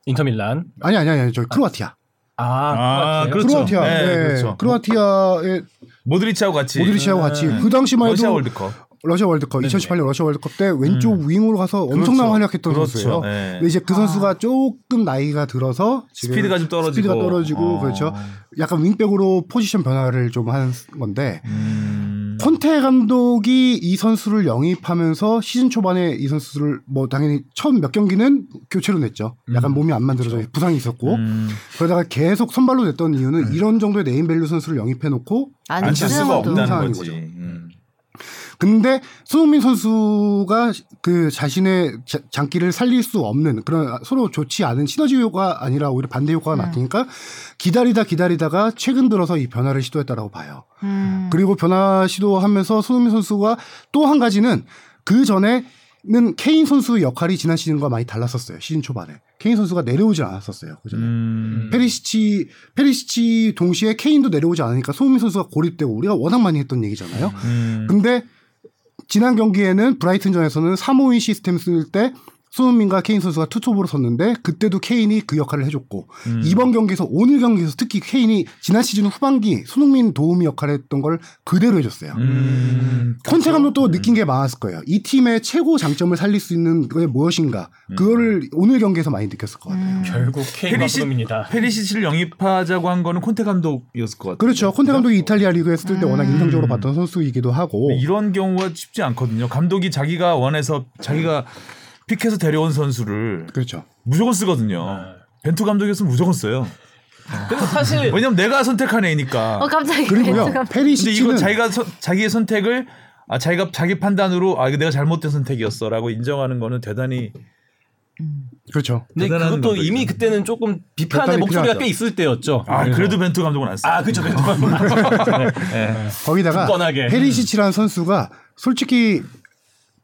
S6: 인터밀란
S4: 아니 아니 아니 저 크로아티아
S6: 아,
S2: 아,
S6: 그렇
S2: 그렇죠.
S4: 크로아티아
S2: 네,
S4: 네,
S2: 그렇죠.
S4: 크로아티아의
S2: 모드리치하고 같이
S4: 모드리치하고 같이
S2: 네.
S4: 그 당시만
S2: 러시아
S4: 해도
S2: 월드컵
S4: 러시아 월드컵 2018년 러시아 월드컵 때 왼쪽 윙으로 가서 엄청난
S2: 음. 그렇죠.
S4: 활약했던
S2: 그렇죠.
S4: 선수예요.
S2: 네.
S4: 근데 이제 그 선수가 조금 나이가 들어서 지금
S2: 스피드가 좀 떨어지고
S4: 스피드가 떨어지고
S2: 어.
S4: 그렇죠. 약간 윙백으로 포지션 변화를 좀 한 건데
S2: 음.
S4: 콘테 감독이 이 선수를 영입하면서 시즌 초반에 이 선수를 뭐 당연히 처음 몇 경기는 교체로 냈죠. 약간 몸이 안 만들어져 부상이 있었고
S2: 그렇죠. 음.
S4: 그러다가 계속 선발로 냈던 이유는 이런 정도의 네임밸류 선수를 영입해놓고
S2: 안 쓸 수가
S4: 없는
S2: 없다는
S4: 상황인
S2: 거지.
S4: 거죠.
S2: 음.
S4: 근데 손흥민 선수가 그 자신의 자- 장기를 살릴 수 없는 그런 서로 좋지 않은 시너지 효과가 아니라 오히려 반대 효과가 나타니까 기다리다 기다리다가 최근 들어서 이 변화를 시도했다라고 봐요.
S1: 음.
S4: 그리고 변화 시도하면서 손흥민 선수가 또 한 가지는 그 전에는 케인 선수의 역할이 지난 시즌과 많이 달랐었어요. 시즌 초반에 케인 선수가 내려오질 않았었어요. 그 전에.
S2: 음.
S4: 페리시치 페리시치 동시에 케인도 내려오지 않으니까 손흥민 선수가 고립되고 우리가 워낙 많이 했던 얘기잖아요.
S2: 음.
S4: 근데 지난 경기에는 브라이튼전에서는 352 시스템 쓸 때 손흥민과 케인 선수가 투톱으로 섰는데 그때도 케인이 그 역할을 해줬고
S2: 음.
S4: 이번 경기에서 오늘 경기에서 특히 케인이 지난 시즌 후반기 손흥민 도우미 역할을 했던 걸 그대로 해줬어요.
S2: 음.
S4: 콘테 감독도 느낀 게 많았을 거예요. 이 팀의 최고 장점을 살릴 수 있는 게 무엇인가.
S2: 음.
S4: 그거를 오늘 경기에서 많이 느꼈을 것 같아요.
S6: 결국 케인
S2: 페리시-
S6: 감독입니다.
S2: 페리시치를 영입하자고 한 거는 콘테 감독이었을 것 같아요.
S4: 그렇죠. 콘테 감독이 이탈리아 리그에 있을 때 워낙 인상적으로 봤던 선수이기도 하고.
S2: 음. 이런 경우가 쉽지 않거든요. 감독이 자기가 원해서 자기가 픽해서 데려온 선수를
S4: 그렇죠.
S2: 무조건 쓰거든요.
S6: 네.
S2: 벤투 감독이었으면 무조건 써요.
S6: 그리고 사실
S2: 왜냐면 내가 선택한 애니까.
S5: 어 깜짝이야.
S4: 그리고요.
S2: 근데 이거
S4: 페리시치는
S2: 자기가 선- 자기의 선택을 아 자기가 자기 판단으로 아 이거 내가 잘못된 선택이었어라고 인정하는 거는 대단히
S4: 그렇죠.
S6: 근데
S2: 대단한
S6: 그것도
S2: 감독이죠.
S6: 이미 그때는 조금 비판의
S4: 비판이
S6: 목소리가
S4: 필요하죠.
S6: 꽤 있을 때였죠.
S2: 아
S6: 그래서-
S2: 그래도 벤투 감독은 안 써.
S6: 아 그죠 벤투 감독.
S4: 거기다가
S6: 굳건하게.
S4: 페리시치라는 선수가 솔직히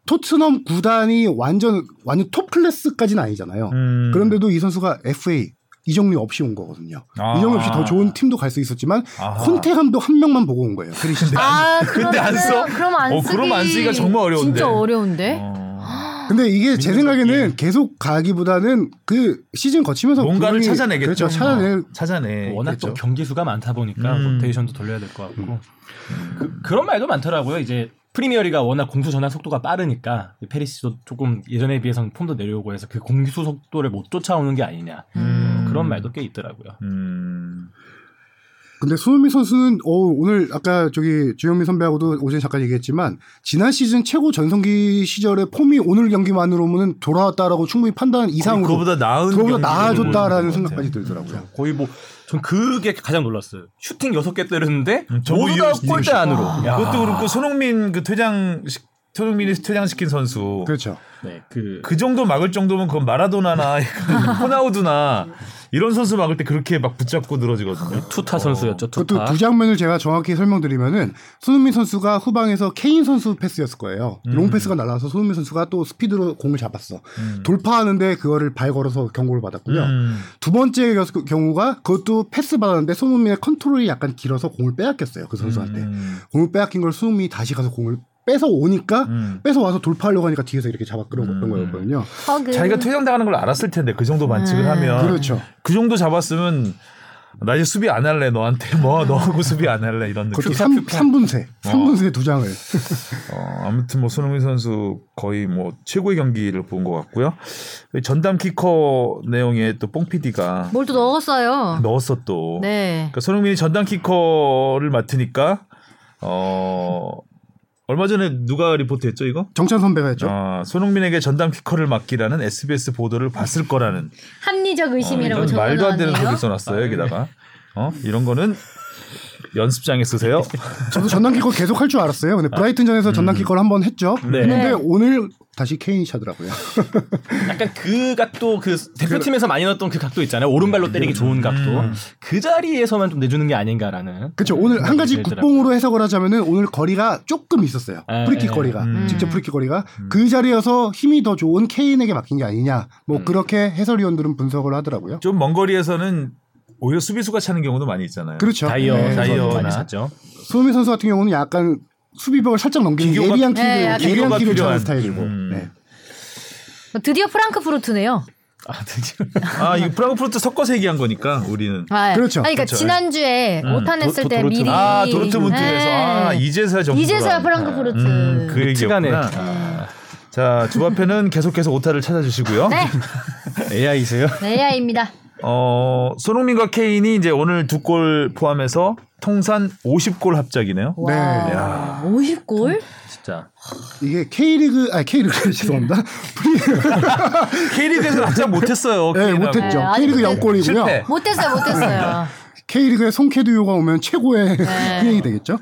S4: 토트넘 구단이 완전 완전 톱 클래스까지는 아니잖아요.
S2: 음.
S4: 그런데도 이 선수가 FA 이정류 없이 온 거거든요.
S2: 아.
S4: 이정류 없이 더 좋은 팀도 갈 수 있었지만
S2: 아하.
S4: 콘테 감독 한 명만 보고 온 거예요. 페리시치.
S1: 아, 그런데
S2: 안 써?
S1: 그럼 안
S2: 어,
S1: 쓰기.
S2: 그럼 안 쓰기가 정말 어려운데.
S1: 진짜
S6: 네?
S1: 어려운데.
S6: 아,
S4: 근데 이게 제 생각에는 계속 가기보다는 그 시즌 거치면서
S2: 뭔가를
S4: 분명히-
S2: 찾아내겠죠. 어, 그렇죠.
S4: 그렇죠. 찾아낼
S2: 찾아내.
S6: 워낙 또 경기 수가 많다 보니까
S2: 음.
S6: 로테이션도 돌려야 될 것 같고 그, 그런 말도 많더라고요. 이제 프리미어리가 워낙 공수 전환 속도가 빠르니까 페리시도 조금 예전에 비해서는 폼도 내려오고 해서 그 공수 속도를 못 쫓아오는 게 아니냐 음, 그런 말도 꽤 있더라고요.
S2: 음.
S4: 근데 손흥민 선수는 어, 오늘 아까 저기 주영민 선배하고도 오전에 잠깐 얘기했지만 지난 시즌 최고 전성기 시절의 폼이 오늘 경기만으로는 돌아왔다라고 충분히 판단 이상으로
S2: 그거보다 나은
S4: 그거보다
S2: 경기를 보여준
S4: 나아졌다라는
S2: 것
S4: 생각까지
S2: 같아요.
S4: 들더라고요.
S6: 거의 뭐 전 그게 가장 놀랐어요. 슈팅 6개 때렸는데
S2: 음, 저거
S6: 모두 다
S2: 이유-
S6: 골대
S2: 이유-
S6: 안으로. 야.
S2: 그것도 그렇고 손흥민 그 퇴장 시- 손흥민이 퇴장시킨 선수
S4: 그렇죠.
S6: 네, 그
S2: 그 정도 막을 정도면 그건 마라도나나 약간 호나우두나 이런 선수 막을 때 그렇게 막 붙잡고 늘어지거든요.
S6: 투타 선수였죠.
S4: 그것도
S6: 투타.
S4: 두 장면을 제가 정확히 설명드리면은 손흥민 선수가 후방에서 케인 선수 패스였을 거예요.
S2: 음.
S4: 롱 패스가 날라와서 손흥민 선수가 또 스피드로 공을 잡았어. 돌파하는데 그거를 발 걸어서 경고를 받았고요.
S2: 음.
S4: 두 번째 겨- 경우가 그것도 패스 받았는데 손흥민의 컨트롤이 약간 길어서 공을 빼앗겼어요. 그 선수한테.
S2: 음.
S4: 공을 빼앗긴 걸 수음이 다시 가서 공을 뺏어 오니까
S2: 음.
S4: 뺏어 와서 돌파하려고 하니까 뒤에서 이렇게 잡아
S6: 음.
S4: 끌어갔던 거였거든요.
S5: 허그.
S2: 자기가 퇴장당하는 걸 알았을 텐데 그 정도 반칙을
S6: 아.
S2: 하면
S4: 그렇죠.
S2: 네. 그 정도 잡았으면 나 이제 수비 안 할래 너한테 뭐 너하고 수비 안 할래 이런 느낌.
S4: 그것도 3, 분세 3분세 두 장을.
S2: 어, 아무튼 뭐 손흥민 선수 거의 뭐 최고의 경기를 본 것 같고요. 그 전담 키커 내용에 또 뽕피디가
S1: 뭘 또 넣었어요.
S2: 넣었어 또.
S1: 네.
S2: 그러니까 손흥민이 전담 키커를 맡으니까 어 얼마 전에 누가 리포트했죠 이거?
S4: 정찬 선배가 했죠.
S6: 어.
S2: 아, 손흥민에게 전담 키커를 맡기라는 SBS 보도를 봤을 거라는 아,
S5: 합리적 의심이라고
S2: 이런
S5: 적어놨네요. 아, 네.
S2: 말도 안 되는 소리 써놨어요 여기다가 어 이런 거는 연습장에 쓰세요.
S4: 저도 전담키커 계속 할 줄 알았어요.
S6: 아.
S4: 근데 브라이튼전에서
S6: 음.
S4: 전담키커를 한 번 했죠.
S2: 네.
S4: 근데 오늘 다시 케인이 차더라고요.
S6: 약간 그 각도 그 대표팀에서 많이 넣었던 그 각도 있잖아요. 오른발로 때리기 좋은 각도. 그 자리에서만 좀 내주는 게 아닌가라는.
S4: 그렇죠. 오늘 한 가지
S6: 들더라고요.
S4: 국뽕으로 해석을 하자면은 오늘 거리가 조금 있었어요.
S6: 음. 아,
S4: 프리킥
S6: 아,
S4: 거리가
S2: 음.
S4: 직접 프리킥 거리가 그 자리여서 힘이 더 좋은 케인에게 맡긴 게 아니냐. 뭐
S6: 음.
S4: 그렇게 해설위원들은 분석을 하더라고요.
S2: 좀 먼 거리에서는 오히려 수비수가 차는 경우도 많이 있잖아요.
S4: 그렇죠.
S6: 다이어
S4: 네.
S2: 다이어.
S6: 다이어
S2: 다이어나.
S6: 많이 샀죠.
S4: 소미 선수 같은 경우는 약간 수비벽을 살짝 넘기는
S2: 기교가-
S4: 예리한 키를
S5: 네, 약간
S4: 예리한
S2: 기교가
S4: 키를
S2: 필요한.
S4: 차는 스타일이고
S2: 음.
S4: 네.
S5: 드디어 프랑크푸르트네요.
S6: 아, 드디어.
S2: 아, 이 프랑크푸르트 섞어서 얘기한 거니까 우리는
S1: 예.
S5: 아,
S4: 그렇죠.
S5: 아니, 그러니까
S2: 그렇죠.
S5: 지난주에 오탄했을
S6: 도- 도-
S5: 때
S6: 도르트문트.
S5: 미리
S2: 아 도르트문트에서 아
S5: 네.
S2: 이제서야 정도
S5: 이제서야 프랑크푸르트.
S2: 그
S6: 시간에
S2: 얘기였구나. 아. 자, 주바페는 계속해서 오타를 찾아주시고요.
S5: 네,
S6: AI세요?
S1: 네,
S5: 레아입니다.
S2: 어, 손흥민과 케인이 이제 오늘 두 골 포함해서 통산 50골 합작이네요.
S4: 네.
S1: 와,
S2: 아.
S1: 50골?
S6: 진짜.
S4: 이게 K리그 아 K리그 죄송합니다.
S2: 음. K리그에서 합작 못했어요.
S4: 네,
S2: 케인하고.
S4: 못했죠.
S5: 네, 아직
S4: K리그
S5: 못했-
S4: 영골이고요.
S2: 음. 실패.
S5: 못했어요, 못했어요.
S4: K리그에 송캐두요가 오면
S2: 네.
S4: 최고의 흥행이 되겠죠.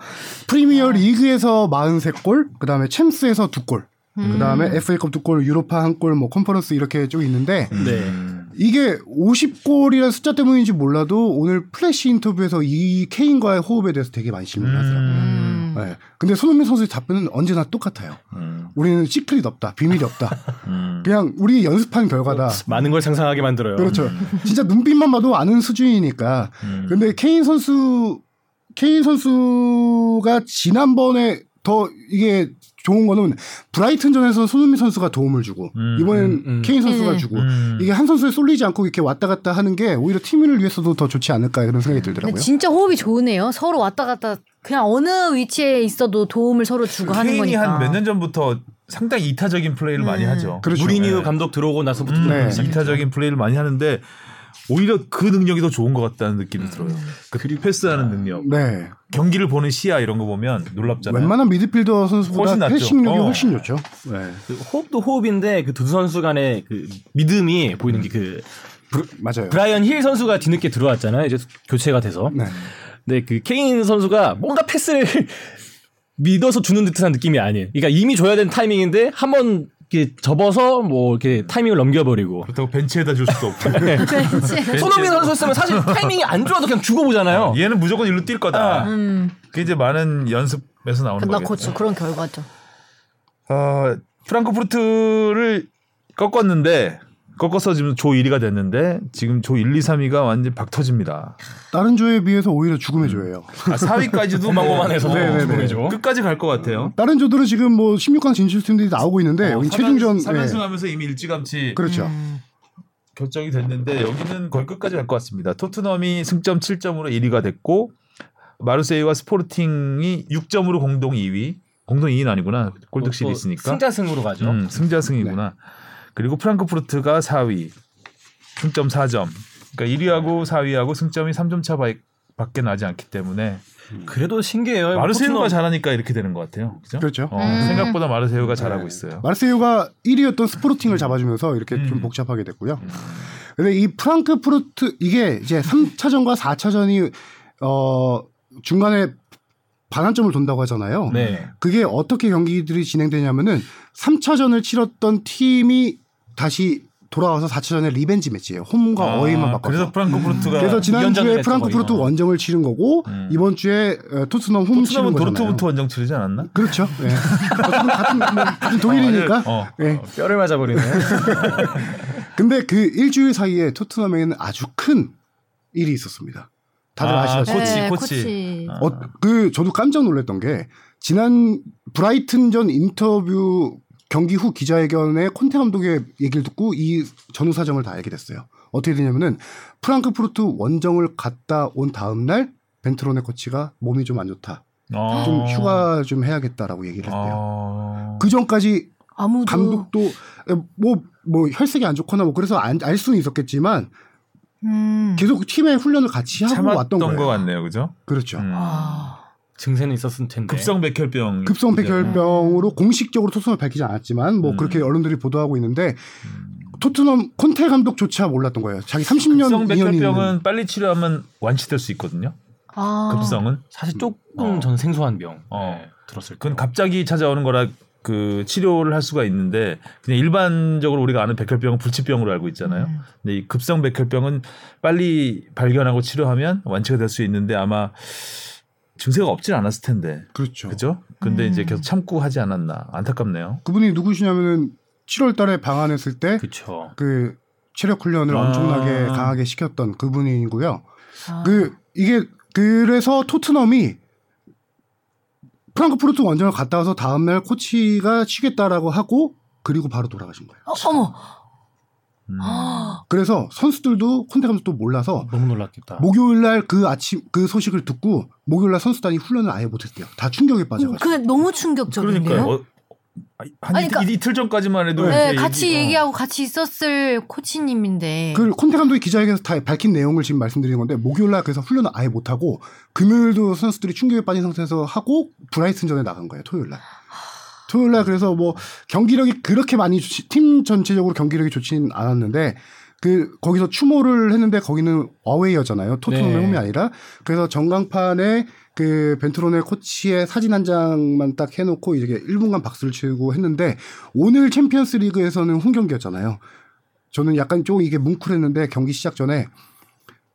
S4: 프리미어 리그에서 43골, 그 다음에 챔스에서 2골, 그 다음에 FA컵 2골, 유로파 1골, 뭐 컨퍼런스 이렇게 쭉 있는데
S6: 네.
S4: 이게 50골이라는 숫자 때문인지 몰라도 오늘 플래시 인터뷰에서 이 케인과의 호흡에 대해서 되게 많이 질문을 하더라고요.
S5: 음.
S4: 네. 근데 손흥민 선수의 답변은 언제나 똑같아요. 우리는 시크릿 없다, 비밀이 없다.
S2: 음.
S4: 그냥 우리 연습한 결과다.
S6: 많은 걸 상상하게 만들어요.
S4: 그렇죠. 진짜 눈빛만 봐도 아는
S2: 음.
S4: 수준이니까. 근데 케인 선수 케인 선수가 지난번에 더 이게 좋은 거는 브라이튼전에서 손흥민 선수가 도움을 주고
S2: 음,
S4: 이번엔
S6: 음, 음.
S4: 케인 선수가
S1: 네.
S4: 주고
S2: 음.
S4: 이게 한 선수에 쏠리지 않고 이렇게 왔다 갔다 하는 게 오히려 팀을 위해서도 더 좋지 않을까 그런
S2: 음.
S4: 생각이 들더라고요.
S1: 근데
S2: 네,
S1: 진짜 호흡이 좋으네요. 서로 왔다 갔다 그냥 어느 위치에 있어도 도움을 서로 주고 하는
S2: 케인이
S1: 거니까.
S2: 한 몇 년 전부터 상당히 이타적인 플레이를 많이 하죠.
S4: 그렇죠.
S6: 무리뉴
S2: 네.
S6: 감독 들어오고 나서부터 좀
S4: 네.
S6: 시작했죠.
S2: 이타적인 플레이를 많이 하는데 오히려 그 능력이 더 좋은 것 같다는 느낌이
S4: 음.
S2: 들어요. 그 패스하는 능력,
S4: 네.
S2: 경기를 보는 시야 이런 거 보면 놀랍잖아요.
S4: 웬만한 미드필더
S2: 훨씬
S4: 선수보다
S2: 낫죠.
S4: 패싱력이
S2: 어.
S4: 훨씬 좋죠. 네.
S6: 그 호흡도 호흡인데 그 두 선수 간의 그 믿음이 보이는 게 그
S4: 맞아요.
S6: 브라이언 힐 선수가 뒤늦게 들어왔잖아요. 이제 교체가 돼서.
S4: 네.
S6: 근데 그 케인 선수가 뭔가 패스를 믿어서 주는 듯한 느낌이 아닌. 그러니까 이미 줘야 되는 타이밍인데 한 번 이렇게 접어서 뭐 이렇게 타이밍을 넘겨버리고.
S2: 그렇다고 벤치에다 줄 수도 없고. 그
S6: 손흥민 선수였으면 사실 타이밍이 안 좋아도 그냥 주고 보잖아요.
S2: 얘는 무조건 일로 뛸 거다. 그게 이제 많은 연습에서 나오는
S1: 나
S2: 거예요.
S1: 코치 아. 그런 결과죠.
S2: 어, 프랑크푸르트를 꺾었는데 꺾어서 지금 조 1위가 됐는데 지금 조 1, 2, 3위가 완전 박 터집니다.
S4: 다른 조에 비해서 오히려 죽음의 조예요.
S2: 아, 4위까지도 고만고만해서 음.
S4: 네, 네, 네.
S2: 끝까지 갈 것 같아요.
S4: 다른 조들은 지금 뭐 16강 진출팀들이 나오고
S2: 어,
S4: 있는데 여기 최종전 예.
S2: 3연승하면서 이미 일찌감치
S4: 그렇죠.
S2: 결정이 됐는데 여기는 거의 끝까지 갈 것 같습니다. 토트넘이 승점 7점으로 1위가 됐고 마르세유와 스포르팅이 6점으로 공동 2위. 공동 2위는 아니구나. 골득실이 있으니까.
S6: 승자승으로 가죠.
S2: 음, 승자승이구나.
S4: 네.
S2: 그리고 프랑크푸르트가 4위. 승점 4점. 그러니까 1위하고 4위하고 승점이 3점 차 바- 밖에 나지 않기 때문에
S6: 그래도 신기해요.
S2: 마르세유가
S6: 토트넘-
S2: 잘하니까 이렇게 되는 것 같아요. 그죠?
S4: 그렇죠. 네.
S2: 어, 생각보다 마르세유가 잘하고 있어요.
S4: 마르세유가 1위였던 스포르팅을 잡아주면서 이렇게
S2: 음.
S4: 좀 복잡하게 됐고요. 근데 이 프랑크푸르트 이게 이제 3차전과 4차전이 어 중간에 반환점을 돈다고 하잖아요.
S6: 네.
S4: 그게 어떻게 경기들이 진행되냐면은 3차전을 치렀던 팀이 다시 돌아와서 4차전에 리벤지 매치예요. 홈과
S2: 아,
S4: 어웨이만 바꿔서.
S2: 그래서 프랑크푸르트가
S4: 그래서
S6: 연장을
S4: 지난주에
S6: 했죠,
S4: 프랑크푸르트
S6: 거의.
S4: 원정을 치른 거고
S2: 음.
S4: 이번 주에 에, 토트넘 홈 치른
S2: 토트넘은
S4: 거잖아요.
S2: 도르트문트 원정 치르지 않았나?
S4: 그렇죠. 예. 어쨌든 같은, 뭐, 같은 독일이니까.
S2: 어,
S4: 예.
S6: 뼈를 맞아버리네.
S4: 근데 그 일주일 사이에 토트넘에는 아주 큰 일이 있었습니다. 다들
S2: 아,
S4: 아, 시다시피
S2: 코치,
S1: 네,
S2: 코치. 아.
S4: 어, 그 저도 깜짝 놀랐던 게 지난 브라이튼전 인터뷰 경기 후 기자회견에 콘테 감독의 얘기를 듣고 이 전후 사정을 다 알게 됐어요. 어떻게 되냐면은 프랑크푸르트 원정을 갔다 온 다음 날 벤트론의 코치가 몸이 좀 안 좋다.
S2: 어.
S4: 좀 휴가 좀 해야겠다라고 얘기를 했대요.
S2: 어.
S4: 그 전까지
S1: 아무도
S4: 감독도 뭐 뭐 혈색이 안 좋거나 뭐 그래서 안- 알 수는 있었겠지만
S1: 음.
S4: 계속 팀의 훈련을 같이 하고
S2: 참았던
S4: 왔던 거예요.
S2: 것 같네요, 그죠?
S4: 그렇죠.
S2: 음.
S1: 아.
S6: 증세는 있었을 텐데.
S2: 급성 백혈병.
S4: 급성 백혈병으로 공식적으로 토트넘을 밝히지 않았지만 뭐
S2: 음.
S4: 그렇게 언론들이 보도하고 있는데 토트넘 콘테 감독조차 몰랐던 거예요. 자기 30년
S2: 급성
S4: 인연이 있는
S2: 백혈병은 빨리 치료하면 완치될 수 있거든요.
S1: 아.
S2: 급성은.
S6: 사실 조금
S2: 어.
S6: 전 생소한 병
S2: 어.
S6: 네, 들었을 때.
S2: 그건 갑자기 찾아오는 거라 그 치료를 할 수가 있는데 그냥 일반적으로 우리가 아는 백혈병은 불치병으로 알고 있잖아요.
S1: 네.
S2: 근데 이 급성 백혈병은 빨리 발견하고 치료하면 완치가 될 수 있는데 아마 증세가 없진 않았을 텐데.
S4: 그렇죠.
S2: 그죠? 근데
S1: 음.
S2: 이제 계속 참고 하지 않았나. 안타깝네요.
S4: 그분이 누구시냐면은 7월 달에 방한했을
S6: 그렇죠.
S4: 때 그 체력 훈련을
S2: 아.
S4: 엄청나게 강하게 시켰던 그분이고요.
S1: 아.
S4: 그 이게 그래서 토트넘이 프랑크푸르트 원정을 갔다 와서 다음 날 코치가 쉬겠다라고 하고 그리고 바로 돌아가신 거예요.
S1: 어, 어머.
S2: 음.
S1: 아.
S4: 그래서 선수들도 콘테 감독도 몰라서
S6: 너무 놀랐겠다.
S4: 목요일 날 그 아침 그 소식을 듣고 목요일 날 선수단이 훈련을 아예 못했대요. 다 충격에
S5: 음,
S1: 그
S4: 빠져가지고.
S1: 너무 충격적이네요.
S2: 그러니까요. 어, 한
S1: 아니,
S2: 이틀,
S1: 그러니까-
S2: 이틀 전까지만 해도
S1: 네,
S2: 이렇게
S1: 같이
S2: 얘기-
S1: 얘기하고 같이 있었을 코치님인데.
S4: 그 콘테 감독이 기자회견에서 다 밝힌 내용을 지금 말씀드리는 건데 목요일 날 그래서 훈련을 아예 못 하고 금요일도 선수들이 충격에 빠진 상태에서 하고 브라이튼전에 나간 거예요. 토요일 날. 토요일 날 그래서 뭐 경기력이 그렇게 많이 좋지, 팀 전체적으로 경기력이 좋진 않았는데 그 거기서 추모를 했는데 거기는 어웨이였잖아요. 토트넘의
S6: 네.
S4: 홈이 아니라 그래서 전광판에 그 벤트론의 코치의 사진 한 장만 딱 해놓고 이렇게 1분간 박수를 치고 했는데 오늘 챔피언스리그에서는 홈 경기였잖아요. 저는 약간 조금 이게 뭉클했는데 경기 시작 전에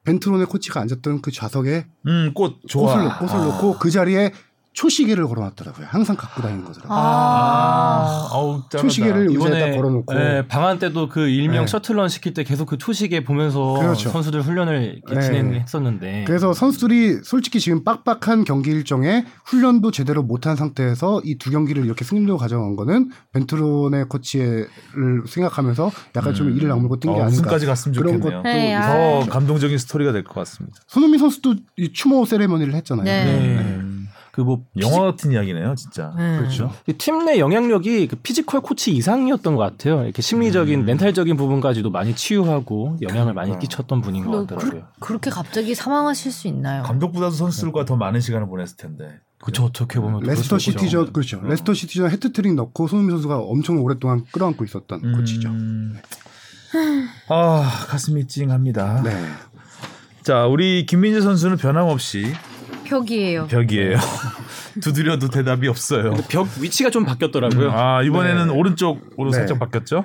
S4: 벤트론의 코치가 앉았던 그 좌석에
S2: 음, 꽃 좋아.
S4: 꽃을, 놓- 꽃을 놓고 그 자리에 초시계를 걸어놨더라고요. 항상 갖고 다니는 거더라고요.
S2: 아.
S1: 아.
S2: 아우 짠하다.
S4: 초시계를 의자에다
S6: 이번에
S4: 어, 걸어놓고
S6: 예, 방한 때도 그 일명
S4: 네.
S6: 셔틀런 시킬 때 계속 그 초시계 보면서
S4: 그렇죠.
S6: 선수들 훈련을 이렇게
S4: 네.
S6: 진행했었는데
S4: 그래서 선수들이 솔직히 지금 빡빡한 경기 일정에 훈련도 제대로 못한 상태에서 이 두 경기를 이렇게 승리로 가져간 거는 벤투론의 코치를 생각하면서 약간 좀
S2: 음.
S4: 이를 악물고 뛴 게
S2: 어,
S4: 아닌가.
S2: 우승까지 갔으면
S4: 그런
S2: 좋겠네요.
S4: 것도
S5: 네, 아.
S2: 더 감동적인 스토리가 될 것 같습니다.
S4: 손흥민 선수도 이 추모 세레머니를 했잖아요.
S1: 네.
S4: 음.
S6: 그뭐
S2: 영화 같은 이야기네요, 진짜.
S1: 네.
S2: 그렇죠.
S6: 팀 내 영향력이 그 피지컬 코치 이상이었던 것 같아요. 이렇게 심리적인
S2: 음.
S6: 멘탈적인 부분까지도 많이 치유하고
S2: 그러니까.
S6: 영향을 많이 끼쳤던 분인 것 같더라고요.
S1: 그렇게 갑자기 사망하실 수 있나요?
S2: 감독보다도 선수들과 더 많은 시간을 보냈을 텐데.
S6: 그쵸 어떻게
S2: 아,
S6: 보면 또
S4: 레스터
S6: 그럴 수도 있죠.
S2: 네.
S4: 시티전 그렇죠. 레스터 시티전 헤트트릭 넣고 손흥민 선수가 엄청 오랫동안 끌어안고 있었던 코치죠.
S2: 음. 아 가슴이 찡합니다.
S4: 네.
S2: 자 우리 김민재 선수는 변함없이
S1: 벽이에요.
S2: 벽이에요. 네. 두드려도 대답이 없어요.
S6: 근데 벽 위치가 좀 바뀌었더라고요.
S2: 아 이번에는 오른쪽으로
S4: 네.
S2: 살짝 바뀌었죠?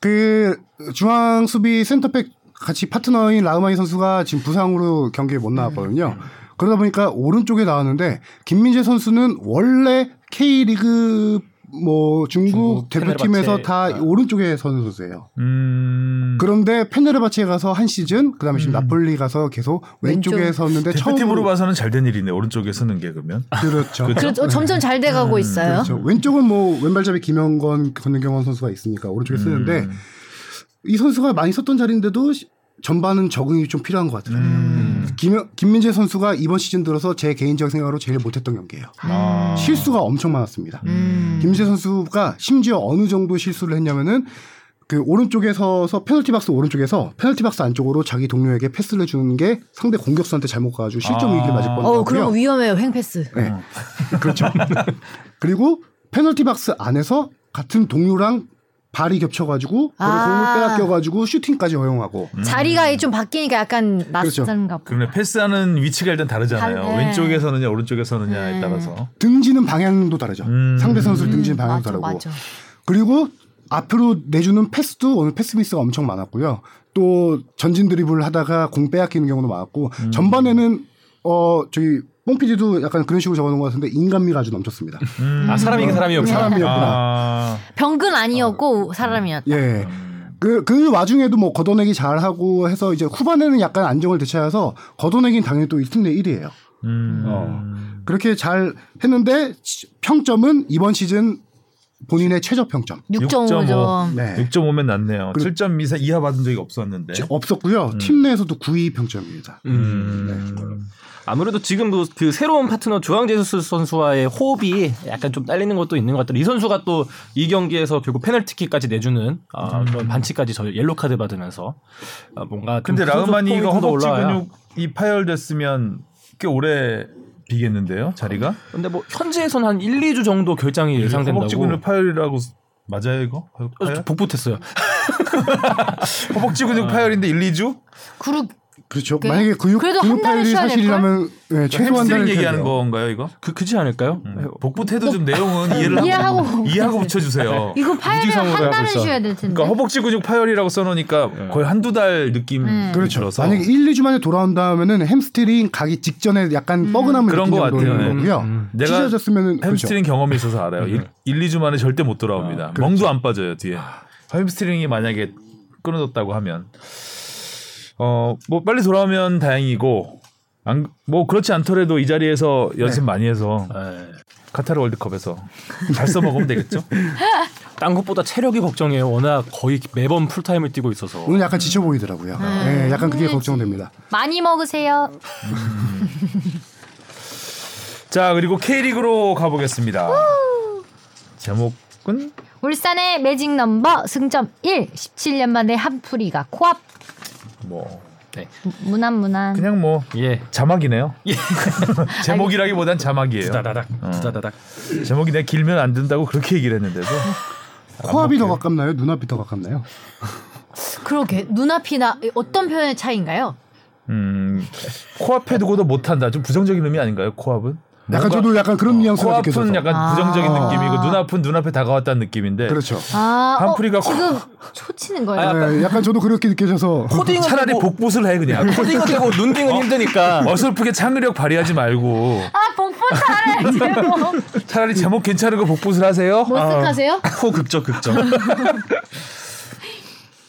S4: 그 중앙 수비 센터백 같이 파트너인 라우마이 선수가 지금 부상으로 경기에 못 나왔거든요. 그러다 보니까 오른쪽에 나왔는데 김민재 선수는 원래 K리그 뭐 중국,
S6: 중국
S4: 대표팀에서
S6: 페네르바체.
S4: 다
S6: 아.
S4: 오른쪽에 서는 선수예요.
S2: 음.
S4: 그런데 페네르바체에 가서 한 시즌, 그다음에 지금 나폴리 가서 계속 왼쪽에
S1: 왼쪽.
S4: 섰는데
S2: 대표팀으로
S4: 그 처음으로
S2: 봐서는 잘 된 일이네. 오른쪽에 서는 게 그러면.
S4: 그렇죠.
S1: 그래 점점 잘
S2: 음,
S1: 돼가고 있어요.
S4: 그렇죠. 왼쪽은 뭐 왼발잡이 김영건, 권은경원 선수가 있으니까 오른쪽에 쓰는데
S2: 음.
S4: 이 선수가 많이 썼던 자리인데도 시- 전반은 적응이 좀 필요한 것 같더라고요. 그
S2: 음.
S4: 김, 김민재 선수가 이번 시즌 들어서 제 개인적 생각으로 제일 못했던 경기예요.
S2: 아.
S4: 실수가 엄청 많았습니다.
S1: 음.
S4: 김민재 선수가 심지어 어느 정도 실수를 했냐면은 그 오른쪽에 서서 페널티 박스 오른쪽에서 페널티 박스 안쪽으로 자기 동료에게 패스를 주는 게 상대 공격수한테 잘못 가가지고 실점
S2: 아.
S4: 위기를 맞을
S1: 어, 그런 거
S4: 뻔했고요.
S1: 위험해요. 횡패스.
S4: 네. 그렇죠. 그리고 페널티 박스 안에서 같은 동료랑 발이 겹쳐가지고 그걸
S1: 아.
S4: 공을 빼앗겨가지고 슈팅까지 허용하고
S1: 자리가 좀 바뀌니까 약간
S4: 그렇죠.
S1: 낯선가 보다.
S2: 그러네 패스하는 위치가 일단 다르잖아요.
S1: 다- 네.
S2: 왼쪽에 서느냐 오른쪽에 서느냐에
S1: 네.
S2: 따라서.
S4: 등지는 방향도 다르죠.
S2: 음.
S4: 상대 선수를 등지는
S1: 음, 맞아,
S4: 방향도 다르고.
S1: 맞아.
S4: 그리고 앞으로 내주는 패스도 오늘 패스 미스가 엄청 많았고요. 또 전진 드리블 하다가 공 빼앗기는 경우도 많았고 전반에는 어 저기 뽕피디도 약간 그런 식으로 적어놓은 것 같은데 인간미가 아주 넘쳤습니다.
S2: 음.
S6: 아 사람이 사람이었구나.
S4: 사람이었구나.
S2: 아.
S1: 병근 아니었고 사람이었다.
S4: 예.
S2: 음.
S4: 그, 그 와중에도 뭐 걷어내기 잘하고 해서 이제 후반에는 약간 안정을 되찾아서 걷어내기는 당연히 또 이팀 내 1위예요.
S2: 음.
S4: 그렇게 잘 했는데 시- 평점은 이번 시즌 본인의 최저 평점.
S1: 6.5점.
S4: 네.
S2: 6.5면 낫네요.
S4: 그리고-
S2: 7점 이상 이하 받은 적이 없었는데.
S4: 없었고요. 팀 내에서도 9위 평점입니다.
S2: 네.
S4: 네.
S2: 음.
S6: 아무래도 지금 뭐그 새로운 파트너 조항재수 선수와의 호흡이 약간 좀 딸리는 것도 있는 것 같아요. 이 선수가 또 이 경기에서 결국 페널티킥까지 내주는 아,
S2: 음.
S6: 그런 반칙까지 저 옐로 카드 받으면서 아, 뭔가 좀
S2: 근데 라흐마니가
S6: 포인트도
S2: 허벅지
S6: 올라와야.
S2: 근육이 파열됐으면 꽤 오래 비겠는데요 자리가?
S6: 근데 뭐 현지에선 한 1, 2주 정도 결장이 예상된다고.
S2: 허벅지 근육 파열이라고 쓰- 맞아요 이거? 파-
S6: 어,
S2: 파열?
S6: 저 복붙했어요.
S2: 허벅지
S6: 아.
S2: 근육 파열인데 1, 2주?
S1: 그룹
S4: 그렇죠.
S1: 그-
S4: 만약에 근육
S1: 그래도 한
S4: 근육
S1: 달을
S4: 파열이
S1: 쉬어야 될
S4: 사실이라면 예, 최소한
S2: 그러니까 햄스트링
S4: 달을
S2: 얘기하는
S4: 쉬어야 돼요.
S2: 건가요 이거?
S6: 그 그지 않을까요?
S2: 음. 복붙해도 좀 내용은 어? 이해를
S1: 이해하고 복붙해주세요.
S2: 이해하고 붙여주세요.
S5: 이거 파일을
S6: 무지성으로
S5: 한
S6: 하고
S5: 달은
S6: 있어.
S5: 쉬어야 될 텐데.
S2: 그러니까 허벅지 근육 파열이라고 써놓으니까 거의 한두 달 느낌
S5: 음.
S4: 네. 그렇죠.
S2: 들어서
S4: 만약에 1, 2주 만에 돌아온 다음에는 햄스트링 가기 직전에
S1: 음.
S4: 약간 뻐근함을
S2: 그런
S4: 느끼는
S2: 것 같아요.
S4: 거는
S2: 네.
S4: 거고요.
S6: 음,
S2: 내가
S4: 찢어졌으면은 그렇죠.
S2: 햄스트링 경험이 있어서 알아요. 1, 2주 만에 절대 못 돌아옵니다.
S4: 그렇죠.
S2: 멍도 안 빠져요 뒤에.
S4: 아.
S2: 햄스트링이 만약에 끊어졌다고 하면 어뭐 빨리 돌아오면 다행이고 안, 뭐 그렇지 않더라도 이 자리에서 연습
S4: 네.
S2: 많이 해서
S6: 예.
S2: 카타르 월드컵에서 잘 써먹으면 되겠죠.
S6: 딴 것보다 체력이 걱정이에요. 워낙 거의 매번 풀타임을 뛰고 있어서.
S2: 음.
S4: 오늘 약간 지쳐 보이더라고요. 예, 약간 그게 걱정됩니다.
S5: 많이 먹으세요.
S2: 자 그리고 K리그로 가보겠습니다. 제목은
S5: 울산의 매직 넘버 승점 1. 17년 만에 한풀이가 코앞.
S2: 뭐
S5: 무난 무난.
S2: 그냥 뭐
S6: 예.
S2: 자막이네요. 제목이라기보단 자막이에요.
S6: 두다다닥
S2: 어.
S6: 두다다닥.
S2: 제목이 내가 길면 안 된다고 그렇게 얘기를 했는데도
S4: 코앞이 더 가깝나요? 눈앞이 더 가깝나요?
S1: 그러게 눈앞이나 어떤 표현의 차이인가요?
S2: 음, 코앞에 두고도 못한다. 좀 부정적인 의미 아닌가요? 코앞은?
S4: 약간
S2: 뭔가 어,
S4: 저도 약간 그런 뉘앙스가 느껴져서.
S2: 코앞은 약간
S1: 아.
S2: 부정적인 느낌이고 그 눈앞은 눈앞에 다가왔다는 느낌인데
S4: 그렇죠.
S1: 아,
S2: 한풀이가
S1: 어, 지금 초치는 거예요.
S4: 예, 약간 저도 그렇게 느껴져서
S6: 코딩은
S2: 차라리
S6: 되고- 음.
S2: 복붙을 해 그냥 어.
S6: 코딩은 되고 눈딩은 힘드니까.
S2: 어설프게 창의력 발휘하지 말고
S5: 아 복부 잘해 제목.
S2: 차라리 제목 괜찮은 거 복붙을 하세요.
S5: 아.
S1: 머쓱하세요?
S2: 코 극적 극적.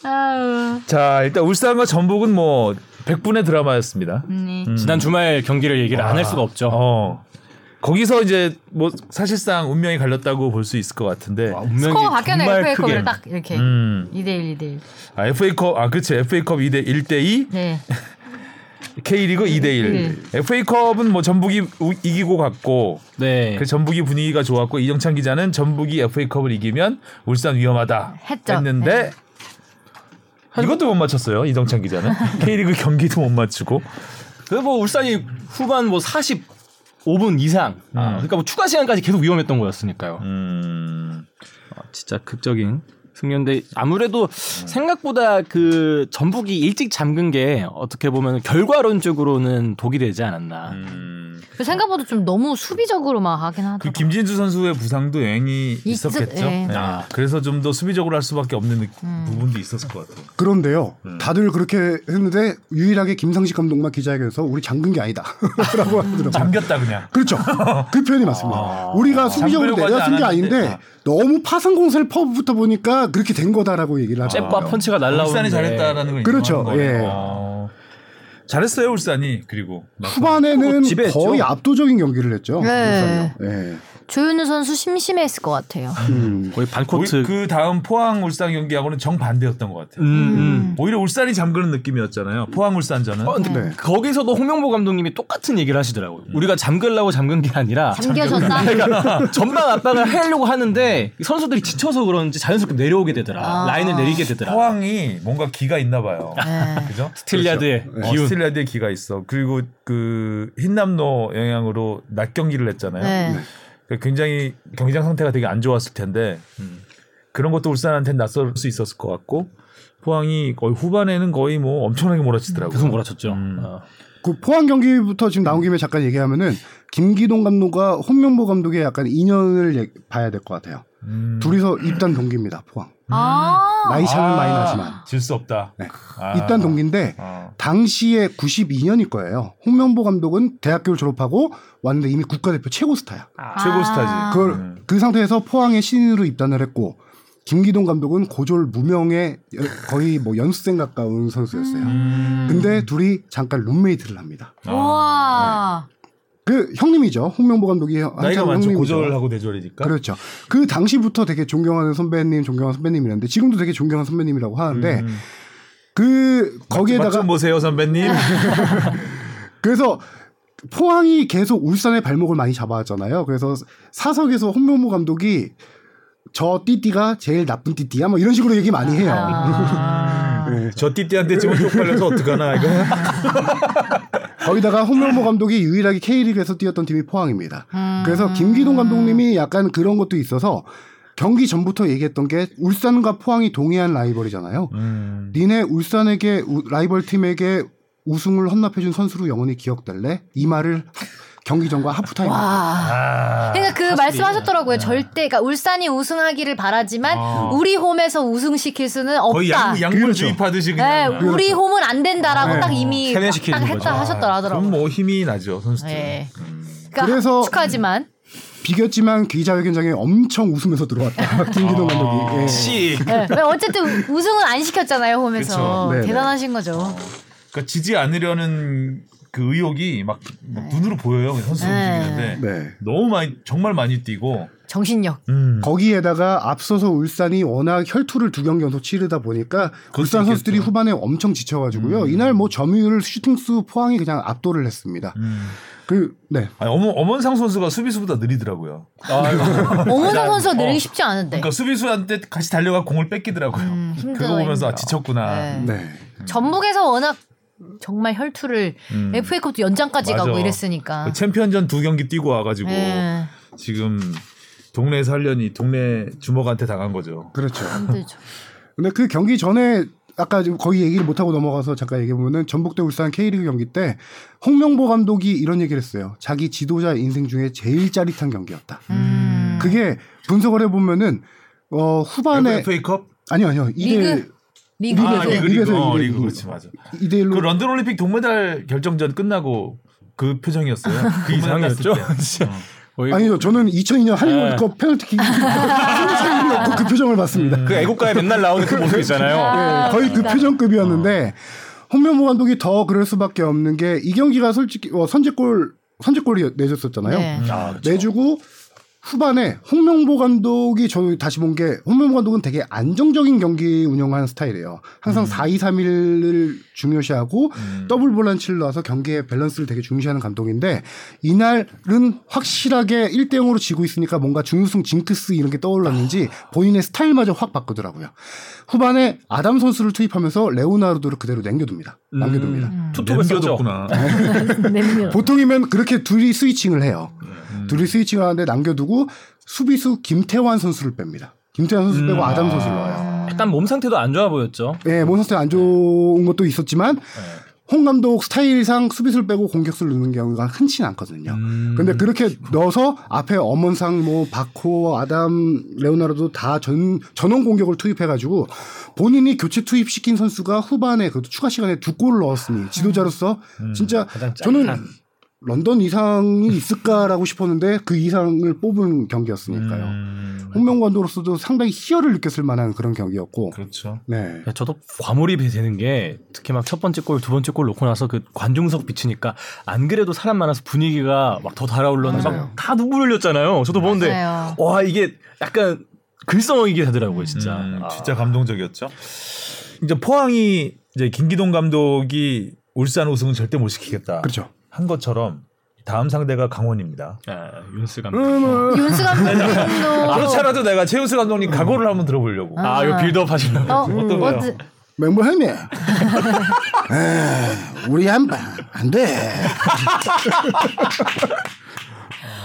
S6: 어.
S5: 아우.
S2: 자 일단 울산과 전북은 뭐 100분의 드라마였습니다.
S1: 네.
S6: 지난 주말 경기를 얘기를 안 할 수가 없죠.
S2: 어. 거기서 이제 뭐 사실상 운명이 갈렸다고 볼 수 있을 것 같은데.
S6: 와, 운명이
S1: 스코어 바뀌었네요.
S6: 정말
S1: FA
S6: 크게.
S1: 컵을 딱 이렇게
S2: 음.
S1: 2대1 2대1.
S2: 아, FA컵 아 그치 FA컵 2대 1대 2,
S1: 네.
S2: K리그 2대 1. FA컵은 뭐 전북이 우- 이기고 갔고
S6: 네.
S2: 그 전북이 분위기가 좋았고 이정찬 기자는 전북이 FA컵을 이기면 울산 위험하다
S1: 했죠. 네.
S2: 는데 이것도 못 맞췄어요. 이정찬 기자는 K리그 경기도 못 맞추고
S6: 그 뭐 울산이 후반 뭐 45분 이상. 아, 그러니까 뭐 추가 시간까지 계속 위험했던 거였으니까요.
S2: 음,
S6: 진짜 극적인 승리인데 아무래도 생각보다 그 전북이 일찍 잠근 게 어떻게 보면 결과론적으로는 독이 되지 않았나.
S2: 음.
S1: 그 생각보다 좀 너무 수비적으로 막 하긴
S2: 그
S1: 하더라고요.
S2: 김진수 선수의 부상도 영향이
S1: 있-
S2: 있었겠죠.
S1: 예. 음.
S2: 예.
S6: 아.
S2: 그래서 좀 더 수비적으로 할 수밖에 없는 느- 부분도 있었을 것 같아요.
S4: 그런데요.
S2: 음.
S4: 다들 그렇게 했는데 유일하게 김상식 감독만 기자회견에서 우리 잠근 게 아니다라고 하더라고요.
S2: 잠겼다 그냥.
S4: 그렇죠. 그 표현이 맞습니다. 우리가 수비적으로
S2: 아, 잠그려고 하지
S4: 내려쓴 게
S2: 않았는데.
S4: 아닌데 너무 파상 공세를 퍼부터 보니까 그렇게 된 거다라고 얘기를 하죠.
S6: 아.
S2: 아.
S6: 잽과 펀치가 날라오는데
S2: 울산이 잘했다라는 걸
S4: 그렇죠.
S2: 인정한 거예요.
S4: 예.
S2: 아. 잘했어요 울산이 그리고
S4: 후반에는
S3: 지배했죠.
S4: 거의 압도적인 경기를
S1: 네.
S4: 했죠. 울산이요. 예.
S6: 그
S1: 조윤우 선수 심심했을 것 같아요.
S4: 음.
S6: 거의 반코트.
S2: 그 다음 포항 울산 경기하고는 정 반대였던 것 같아요.
S6: 음, 음.
S2: 오히려 울산이 잠그는 느낌이었잖아요. 포항 울산전은
S6: 어, 근데
S4: 네.
S6: 거기서도 홍명보 감독님이 똑같은 얘기를 하시더라고요. 우리가 잠글라고 잠근 게 아니라
S1: 잠겨졌다.
S6: 그러니까 전방 압박을 하려고 하는데 선수들이 지쳐서 그런지 자연스럽게 내려오게 되더라.
S1: 아.
S6: 라인을 내리게 되더라.
S2: 포항이 뭔가 기가 있나 봐요.
S1: 네.
S2: 그죠?
S6: 네. 스틸리아드의
S2: 어,
S6: 기운.
S2: 스틸리아드의 기가 있어. 그리고 그 흰남노 영향으로 낮 경기를 했잖아요.
S1: 네.
S2: 그러니까 굉장히 경기장 상태가 되게 안 좋았을 텐데 그런 것도 울산한테 는 낯설 수 있었을 것 같고 포항이 거의 후반에는 거의 뭐 엄청나게 몰아치더라고요.
S6: 계속 몰아쳤죠.
S2: 음.
S6: 어.
S4: 그 포항 경기부터 지금 나온 김에 잠깐 얘기하면은 김기동 감독과 홍명보 감독의 약간 인연을 얘- 봐야 될 것 같아요.
S2: 음.
S4: 둘이서 입단 동기입니다. 포항.
S1: 아.
S4: 나이 차는
S2: 아.
S4: 많이 나지만
S2: 질 수 없다.
S4: 네.
S2: 아.
S4: 입단 동기인데
S2: 어.
S4: 당시에 92년일 거예요. 홍명보 감독은 대학교를 졸업하고 왔는데 이미 국가대표 최고 스타야.
S2: 최고
S1: 아.
S2: 스타지.
S4: 그걸
S2: 음.
S4: 그 상태에서 포항의 신인으로 입단을 했고 김기동 감독은 고졸 무명의 여- 거의 뭐 연수생 가까운 선수였어요. 근데 둘이 잠깐 룸메이트를 합니다.
S1: 우와.
S4: 그 형님이죠. 홍명보 감독이 한참
S2: 나이가 많죠.
S4: 형님이죠.
S2: 고졸하고 대졸이니까.
S4: 그렇죠. 그 당시부터 되게 존경하는 선배님, 존경하는 선배님이라는데 지금도 되게 존경하는 선배님이라고 하는데
S2: 음.
S4: 그
S2: 맛
S4: 거기에다가
S2: 좀 보세요 선배님.
S4: 그래서 포항이 계속 울산의 발목을 많이 잡아왔잖아요. 그래서 사석에서 홍명보 감독이 저 띠띠가 제일 나쁜 띠띠야 뭐 이런 식으로 얘기 많이 해요.
S5: 아.
S1: 아.
S4: 네.
S2: 저 띠띠한테 지금 쪽팔려서 어떡하나 이거.
S4: 거기다가 홍명보 감독이 유일하게 K리그에서 뛰었던 팀이 포항입니다.
S1: 음.
S4: 그래서 김기동 감독님이 약간 그런 것도 있어서 경기 전부터 얘기했던 게 울산과 포항이 동해안 라이벌이잖아요.
S2: 음.
S4: 니네 울산에게 우- 라이벌 팀에게 우승을 헌납해준 선수로 영원히 기억될래? 이 말을 경기 전과 하프타임.
S1: 와.
S2: 아.
S1: 그러니까 그 말씀하셨더라고요. 절대 그러니까 울산이 우승하기를 바라지만
S2: 어.
S1: 우리 홈에서 우승시킬 수는
S2: 거의
S1: 없다.
S2: 양,
S4: 그렇죠.
S2: 양분 주입하듯이
S1: 네,
S2: 그냥.
S1: 우리 홈은 안 된다라고 딱 이미 딱
S6: 세뇌시키는 거죠.
S1: 했다
S2: 그럼
S1: 하셨더라고요.
S2: 뭐 힘이 나죠 선수들.
S1: 네. 그러니까
S4: 그래서-
S1: 축하하지만
S4: 비겼지만 기자회견장에 엄청 웃으면서 들어왔다. 김기동 감독이. 예.
S6: 씨.
S1: 네. 왜 어쨌든 우승은 안 시켰잖아요 홈에서
S4: 그쵸. 네네.
S1: 대단하신 거죠.
S2: 그러니까 지지 않으려는 그 의욕이 막, 막 눈으로 보여요 선수
S1: 네.
S2: 움직이는데
S4: 네.
S2: 너무 많이 정말 많이 뛰고.
S1: 정신력.
S2: 음.
S4: 거기에다가 앞서서 울산이 워낙 혈투를 두 경기 연속 치르다 보니까
S2: 그럴 수
S4: 울산 선수들이
S2: 있겠죠. 음.
S4: 후반에 엄청 지쳐가지고요. 이날 뭐 점유율, 슈팅수, 포항이 그냥 압도를 했습니다.
S2: 음.
S4: 그, 네.
S2: 아니, 어머 엄원상 선수가 수비수보다 느리더라고요.
S1: 네. 어머나 선수가 늘리기 쉽지 않은데
S2: 그러니까 수비수한테 같이 달려가 공을 뺏기더라고요.
S1: 음, 힘들어,
S2: 그거 보면서 아,
S1: 힘들어.
S2: 지쳤구나.
S1: 네.
S4: 네.
S1: 전북에서 워낙 정말 혈투를
S2: 음.
S1: FA컵도 연장까지
S2: 맞아.
S1: 가고 이랬으니까.
S2: 그 챔피언전 두 경기 뛰고 와가지고
S1: 예.
S2: 지금 동네에서 하려니 동네 주먹한테 당한 거죠.
S4: 그렇죠.
S1: 힘들죠.
S4: 근데 그 경기 전에 아까 지금 거의 얘기를 못하고 넘어가서 잠깐 얘기해보면은 전북대 울산 K리그 경기 때 홍명보 감독이 이런 얘기를 했어요. 자기 지도자 인생 중에 제일 짜릿한 경기였다.
S1: 음.
S4: 그게 분석을 해보면은 어, 후반에
S2: 그 FA컵?
S4: 아니요 아니요 이게
S1: 리그? 리그
S2: 아,
S4: 리그에서,
S2: 리그 리그.
S4: 리그에서,
S2: 어,
S4: 리그.
S2: 리그 그렇지 맞아.
S4: 이대
S2: 그
S4: 1로
S2: 런던 올림픽 동메달 결정전 끝나고 그 표정이었어요.
S6: 그 이상이었죠.
S2: 끝났을 때.
S6: 진짜. 거의
S4: 아니요, 저는 2002년
S6: 네.
S4: 한일월드컵 페널티킥 넣고 그 표정을 봤습니다.
S6: 그 애국가에 맨날 나오는 그 모습 있잖아요.
S5: 아,
S4: 예, 거의 그
S5: 그러니까.
S4: 표정급이었는데
S6: 어.
S4: 홍명보 감독이 더 그럴 수밖에 없는 게 이 경기가 솔직히 어, 선제골 선제골이 내줬었잖아요.
S1: 네.
S6: 아, 그쵸.
S4: 내주고 후반에 홍명보 감독이 저 다시 본 게 홍명보 감독은 되게 안정적인 경기 운영하는 스타일이에요. 항상 4-2-3-1을 중요시하고 더블 볼란치를 넣어서 경기의 밸런스를 되게 중시하는 감독인데 이날은 확실하게 1대 0으로 지고 있으니까 뭔가 준우승 징크스 이런 게 떠올랐는지 본인의 스타일마저 확 바꾸더라고요. 후반에 아담 선수를 투입하면서 레오나르도를 그대로 남겨둡니다. 남겨둡니다.
S6: 투톱을 썼죠.
S2: 남겨뒀구나.
S5: 냄새.
S4: 보통이면 그렇게 둘이 스위칭을 해요. 둘이 스위칭을 하는데 남겨두고 수비수 김태환 선수를 뺍니다. 김태환 선수 빼고 음. 아담 선수를 넣어요.
S6: 약간 몸 상태도 안 좋아 보였죠.
S4: 예, 몬 선수 안 좋은 것도 있었지만 홍 감독 스타일상 수비수를 빼고 공격수를 넣는 경우가 흔치 는 않거든요. 근데 음, 그렇게 넣어서 앞에 엄원상, 뭐 바코, 아담, 레오나르도 다 전 전원 공격을 투입해가지고 본인이 교체 투입시킨 선수가 후반에 그래도 추가 시간에 두 골을 넣었으니 지도자로서 진짜
S6: 가장 짜릿한.
S4: 저는 런던 이상이 있을까라고 싶었는데 그 이상을 뽑은 경기였으니까요.
S2: 음,
S4: 홍명관도로서도 상당히 희열을 느꼈을 만한 그런 경기였고,
S2: 그렇죠.
S4: 네.
S6: 야, 저도 과몰입이 되는 게 특히 막 첫 번째 골, 두 번째 골 놓고 나서 그 관중석 비치니까 안 그래도 사람 많아서 분위기가 막 더 달아올랐는데
S1: 맞아요.
S6: 막 다 눈물 흘렸잖아요. 저도 보는데
S1: 맞아요.
S6: 와 이게 약간 글썽이게 되더라고요, 진짜.
S2: 진짜
S6: 아.
S2: 음, 진짜 감동적이었죠. 이제 포항이 이제 김기동 감독이 울산 우승은 절대 못 시키겠다.
S4: 그렇죠.
S2: 한 것처럼 다음 상대가 강원입니다.
S6: 아, 윤스 감독.
S1: 윤수 감독도
S2: 어. 아, 그렇잖아도 내가 최윤수 감독님 각오를 한번 들어보려고.
S6: 아, 이거 빌드업 하시려고.
S1: 어,
S2: 어떤
S5: 아,
S1: 뭐,
S2: 거요?
S4: 맹보 형님, 에이, 우리 한안 돼.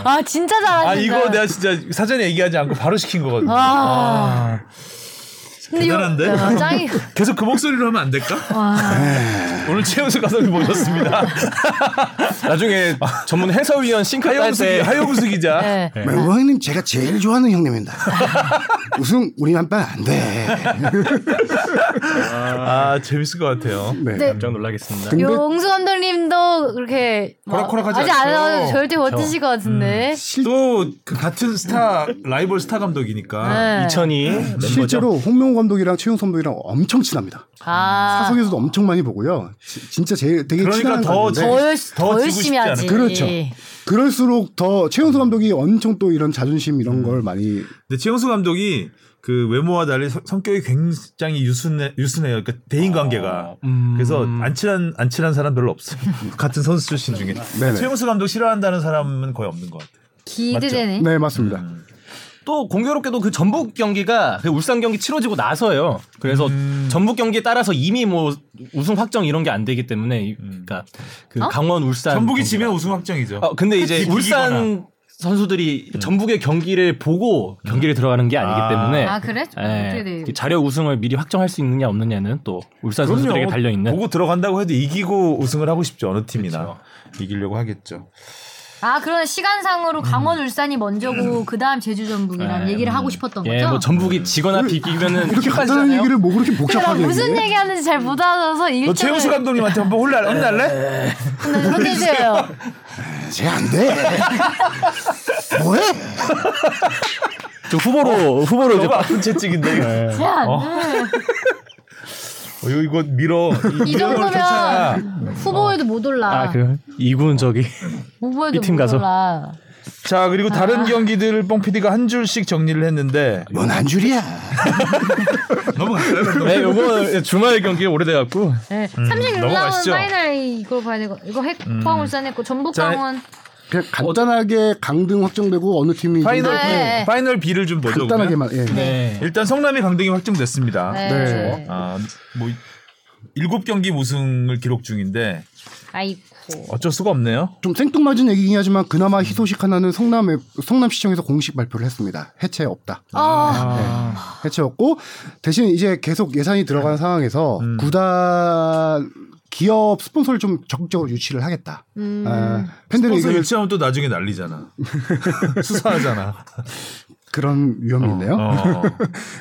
S1: 아 진짜 잘하신다.
S2: 아 이거 내가 진짜 사전에 얘기하지 않고 바로 시킨 거거든요.
S1: 아, 근데 요-
S2: 대단한데?
S5: 어,
S1: 야, 짱이.
S2: 계속 그 목소리로 하면 안 될까? 오늘 최윤수 감독님 모셨습니다.
S6: 나중에 전문 해설위원 싱크
S2: 하영수, 기-
S6: 딸때
S2: 하영수 기자.
S1: 네.
S4: 맹보 형님 제가 제일 좋아하는 형님입니다. 우승 우리 한판안 돼.
S2: 아 재밌을 것 같아요.
S4: 네.
S1: 네.
S6: 깜짝 놀라겠습니다.
S4: 근데
S1: 용수 감독님도 그렇게 뭐
S2: 호락호락하지
S1: 아직
S2: 않죠. 그렇죠.
S1: 안 나와서 절대 못 드실 것 같은데.
S2: 또 그 같은 스타 라이벌 스타 아, 감독이니까.
S1: 네.
S6: 이천이 멤버죠.
S4: 실제로 홍명호 감독이랑 최용선 감독이랑 엄청 친합니다.
S1: 아,
S4: 사석에서도 엄청 많이 보고요. 지- 진짜 제일 되게
S2: 그러니까
S4: 친한
S2: 더
S4: 관계인데.
S2: 제-
S1: 더, 열,
S2: 더
S1: 더
S2: 지고 싶지
S1: 열심히
S2: 않아요.
S1: 하지.
S4: 그렇죠. 그럴수록 더
S2: 음.
S4: 최용수 감독이 엄청 또 이런 자존심 이런 걸 많이
S1: 음?
S2: 근데 최영수 감독이 그 외모와 달리 성- 성격이 굉장히 유순해 유순해요. 그러니까 대인 관계가.
S6: 음.
S2: 그래서 안 친한 안 친한 사람 별로 없어요. 같은 선수 출신 중에
S4: 네네.
S2: 최영수 감독 싫어한다는 사람은 거의 없는 것 같아요.
S5: 기대되네.
S4: 네 맞습니다.
S2: 음.
S6: 또 공교롭게도 그 전북 경기가 그 울산 경기 치러지고 나서예요. 그래서 전북 경기에 따라서 이미 뭐 우승 확정 이런 게 안 되기 때문에 이- 그러니까 그 강원 울산
S2: 아, 전북이
S6: 경기가-
S2: 지면 우승 확정이죠.
S6: 어, 근데 이제
S2: 이기거나.
S6: 울산 선수들이 전북의 경기를 보고 경기를 들어가는 게 음. 아니기
S2: 아.
S6: 때문에
S5: 아 그래? 좀 어떻게
S6: 예,
S5: 돼요?
S6: 그 자력 우승을 미리 확정할 수 있느냐 없느냐는 또 울산 선수들에게 달려 있는
S2: 보고 들어간다고 해도 이기고 우승을 하고 싶죠 어느 팀이나
S6: 그렇죠.
S2: 이기려고 하겠죠.
S5: 아 그러면 시간상으로 강원
S2: 음.
S5: 울산이 먼저고 그 다음 제주
S2: 네.
S5: 전북이라는 얘기를 하고 싶었던 거죠?
S6: 예, 뭐 전북이 지거나 비기면은
S4: 이렇게 간단한
S6: 어.
S4: 얘기를 뭐 그렇게
S1: 제가
S4: 복잡하게
S1: 음. 무슨
S4: 얘기해?
S1: 얘기하는지 잘 못 알아서
S2: 너 최영수
S1: 일정을
S2: 감독님한테 한번 혼날 혼날래?
S1: 그렇게 해줘요.
S4: 쟤안 돼. 뭐해?
S6: 좀 후보로 후보로 이제
S2: 너무 아픈 채찍인데. 이거.
S1: 제안.
S2: 어, 이거- 이거 밀어. 이,
S5: 이
S2: 밀어놓을 괜찮아.
S5: 정도면 후보에도 못 올라.
S6: 아, 그 이군 저기
S5: 후보에도
S6: 이팀
S5: 못
S6: 가서.
S5: 올라.
S2: 자 그리고 다른 경기들을 뽕 PD가 한 줄씩 정리를 했는데
S4: 뭔 한 줄이야.
S2: 너무
S6: 네, 요거 주말 경기 오래돼 갖고
S5: 네. 36라운드
S2: 넘어가시죠.
S5: 파이널 이걸 봐야 되고 이거 했, 포항 울산 했고 전북
S2: 자,
S5: 강원
S4: 그냥 간단하게 강등 확정되고 어느 팀이 이제
S2: 어. 파이널
S5: 네.
S2: B, 파이널 B를 좀 보죠.
S4: 간단하게만 예.
S6: 네.
S2: 그러면. 일단 성남이 강등이 확정됐습니다.
S5: 네.
S4: 네.
S2: 아뭐 일곱 경기 무승을 기록 중인데
S5: 아이고
S2: 어쩔 수가 없네요.
S4: 좀 생뚱맞은 얘기긴 하지만 그나마 희소식 하나는 성남 성남시청에서 공식 발표를 했습니다. 해체 없다.
S2: 아.
S4: 아. 해체 없고 대신 이제 계속 예산이
S2: 네.
S4: 들어간 상황에서
S2: 음.
S4: 구단 기업 스폰서를 좀 적극적으로 유치를 하겠다. 아, 팬들의
S2: 음. 스폰서
S4: 의견을
S2: 네. 유치하면 또 나중에 난리잖아. 수사하잖아.
S4: 그런 위험이 있네요.
S2: 어.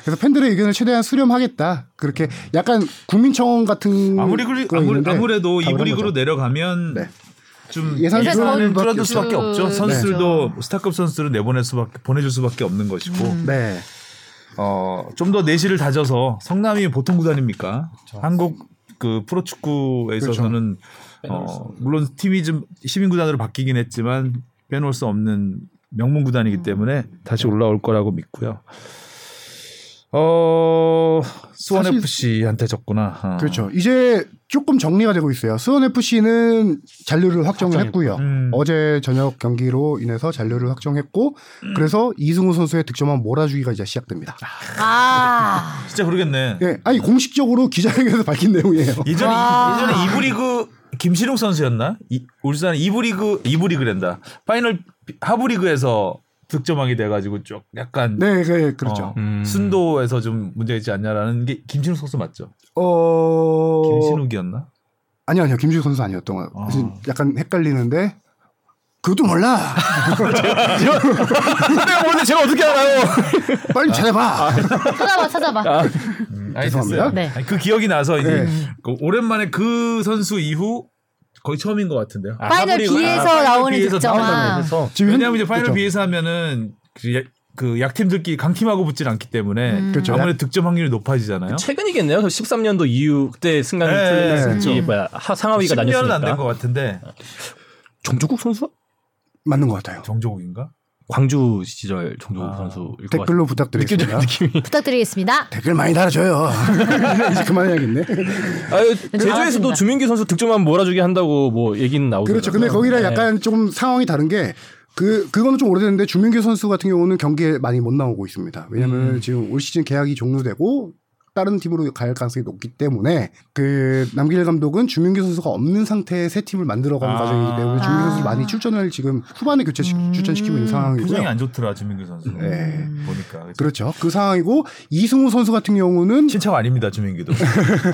S4: 그래서 팬들의 의견을 최대한 수렴하겠다. 그렇게 약간 국민청원 같은
S2: 아무리 그리,
S4: 거 네. 있는데
S2: 아무래, 도
S4: 답을
S2: 이브
S4: 한
S2: 리그로
S4: 거죠.
S2: 내려가면
S4: 네.
S2: 좀
S4: 예산
S2: 예산을
S1: 줄어들
S2: 줄어들
S4: 수밖에
S2: 수밖에
S1: 없죠.
S2: 없죠. 선수들도 스타급 선수를 내보낼 수밖에 보내줄 수밖에 없는 것이고
S4: 네.
S2: 어, 좀 더 내실을 다져서 성남이 보통 구단입니까?
S4: 그렇죠.
S2: 한국 그 프로축구에 있어서는
S4: 그렇죠.
S2: 어, 물론 팀이 좀 시민 구단으로 바뀌긴 했지만 빼놓을 수 없는 명문 구단이기
S4: 음.
S2: 때문에 다시 올라올 거라고 믿고요. 어, 수원
S4: 사실-
S2: FC한테 졌구나. 어.
S4: 그렇죠. 이제 조금 정리가 되고 있어요. 수원 FC는 잔류를 확정을 했고요.
S2: 음.
S4: 어제 저녁 경기로 인해서 잔류를 확정했고
S2: 음.
S4: 그래서 이승우 선수의 득점한 몰아주기가 이제 시작됩니다.
S1: 아.
S2: 진짜 그러겠네.
S4: 예, 아니 공식적으로 기자회견에서 밝힌 내용이에요.
S2: 예전에
S1: 와.
S2: 예전에 이브리그 김신욱 선수였나? 이- 울산 이브리그 이브리그랜다. 파이널 하브리그에서 득점하게 돼가지고 쭉 약간
S4: 네, 네, 그렇죠.
S2: 어,
S6: 음.
S2: 순도에서 좀 문제 있지 않냐라는 게 김신욱 선수 맞죠?
S4: 어.
S2: 김신욱이었나?
S4: 아니요, 아니요. 김준수 선수 아니었던 거.
S2: 아.
S4: 요 약간 헷갈리는데. 그것도 몰라.
S2: 근데 제가 어떻게 알아요?
S4: 빨리 잘해봐.
S1: 찾아봐, 찾아봐.
S2: 아니,
S4: 죄송합니다.
S2: 됐어요.
S1: 네.
S2: 아니, 그 기억이 나서 이제
S4: 네.
S2: 그 오랜만에 그 선수 이후 거의 처음인 것 같은데요.
S6: 아,
S1: 파이널
S6: 하브리그-
S1: B에서
S2: 아, 파이널
S1: 나오는
S2: B에서
S1: 득점아.
S2: 나온다네.
S6: 그래서
S4: 지금 현-
S2: 왜냐하면 이제 파이널
S4: 그렇죠.
S2: B에서 하면은 그, 약, 그 약팀들끼리 강팀하고 붙진 않기 때문에
S6: 음.
S4: 그렇죠.
S2: 아무래도 득점 확률이 높아지잖아요.
S6: 최근이겠네요. 13년도 이후 그때 승강
S2: 예,
S6: 플레이스
S1: 예, 예.
S6: 뭐야 하- 상하위가
S2: 10년은 안 된
S6: 그 나뉘었으니까. 어.
S2: 것 같은데
S6: 정조국 선수?
S4: 맞는 것 같아요.
S2: 정조국인가?
S6: 광주 시절 정조국
S2: 아.
S6: 선수일 것 같아요.
S4: 댓글로 부탁드리겠습니다.
S1: 부탁드리겠습니다.
S4: 댓글 많이 달아줘요. 이제 그만해야겠네.
S6: 아유,
S1: 알았습니다.
S6: 제주에서도 주민기 선수 득점만 몰아주게 한다고 뭐 얘기는 네. 나오고.
S4: 그렇죠. 근데 거기랑 약간 좀 상황이 다른 게. 그 그거는 좀 오래됐는데 주민규 선수 같은 경우는 경기에 많이 못 나오고 있습니다. 왜냐하면 지금 올 시즌 계약이 종료되고 다른 팀으로 갈 가능성이 높기 때문에 그 남길 감독은 주민규 선수가 없는 상태의 새 팀을 만들어가는
S2: 아.
S4: 과정이기 때문에 주민규
S1: 아.
S4: 선수 많이 출전을 지금 후반에 교체
S1: 음.
S4: 출전시키고 있는
S2: 표정이
S4: 상황이고요.
S2: 안 좋더라 주민규 선수.
S4: 네.
S2: 보니까 그렇죠.
S4: 그렇죠. 그 상황이고 이승우 선수 같은 경우는
S2: 친척 아닙니다 주민규도.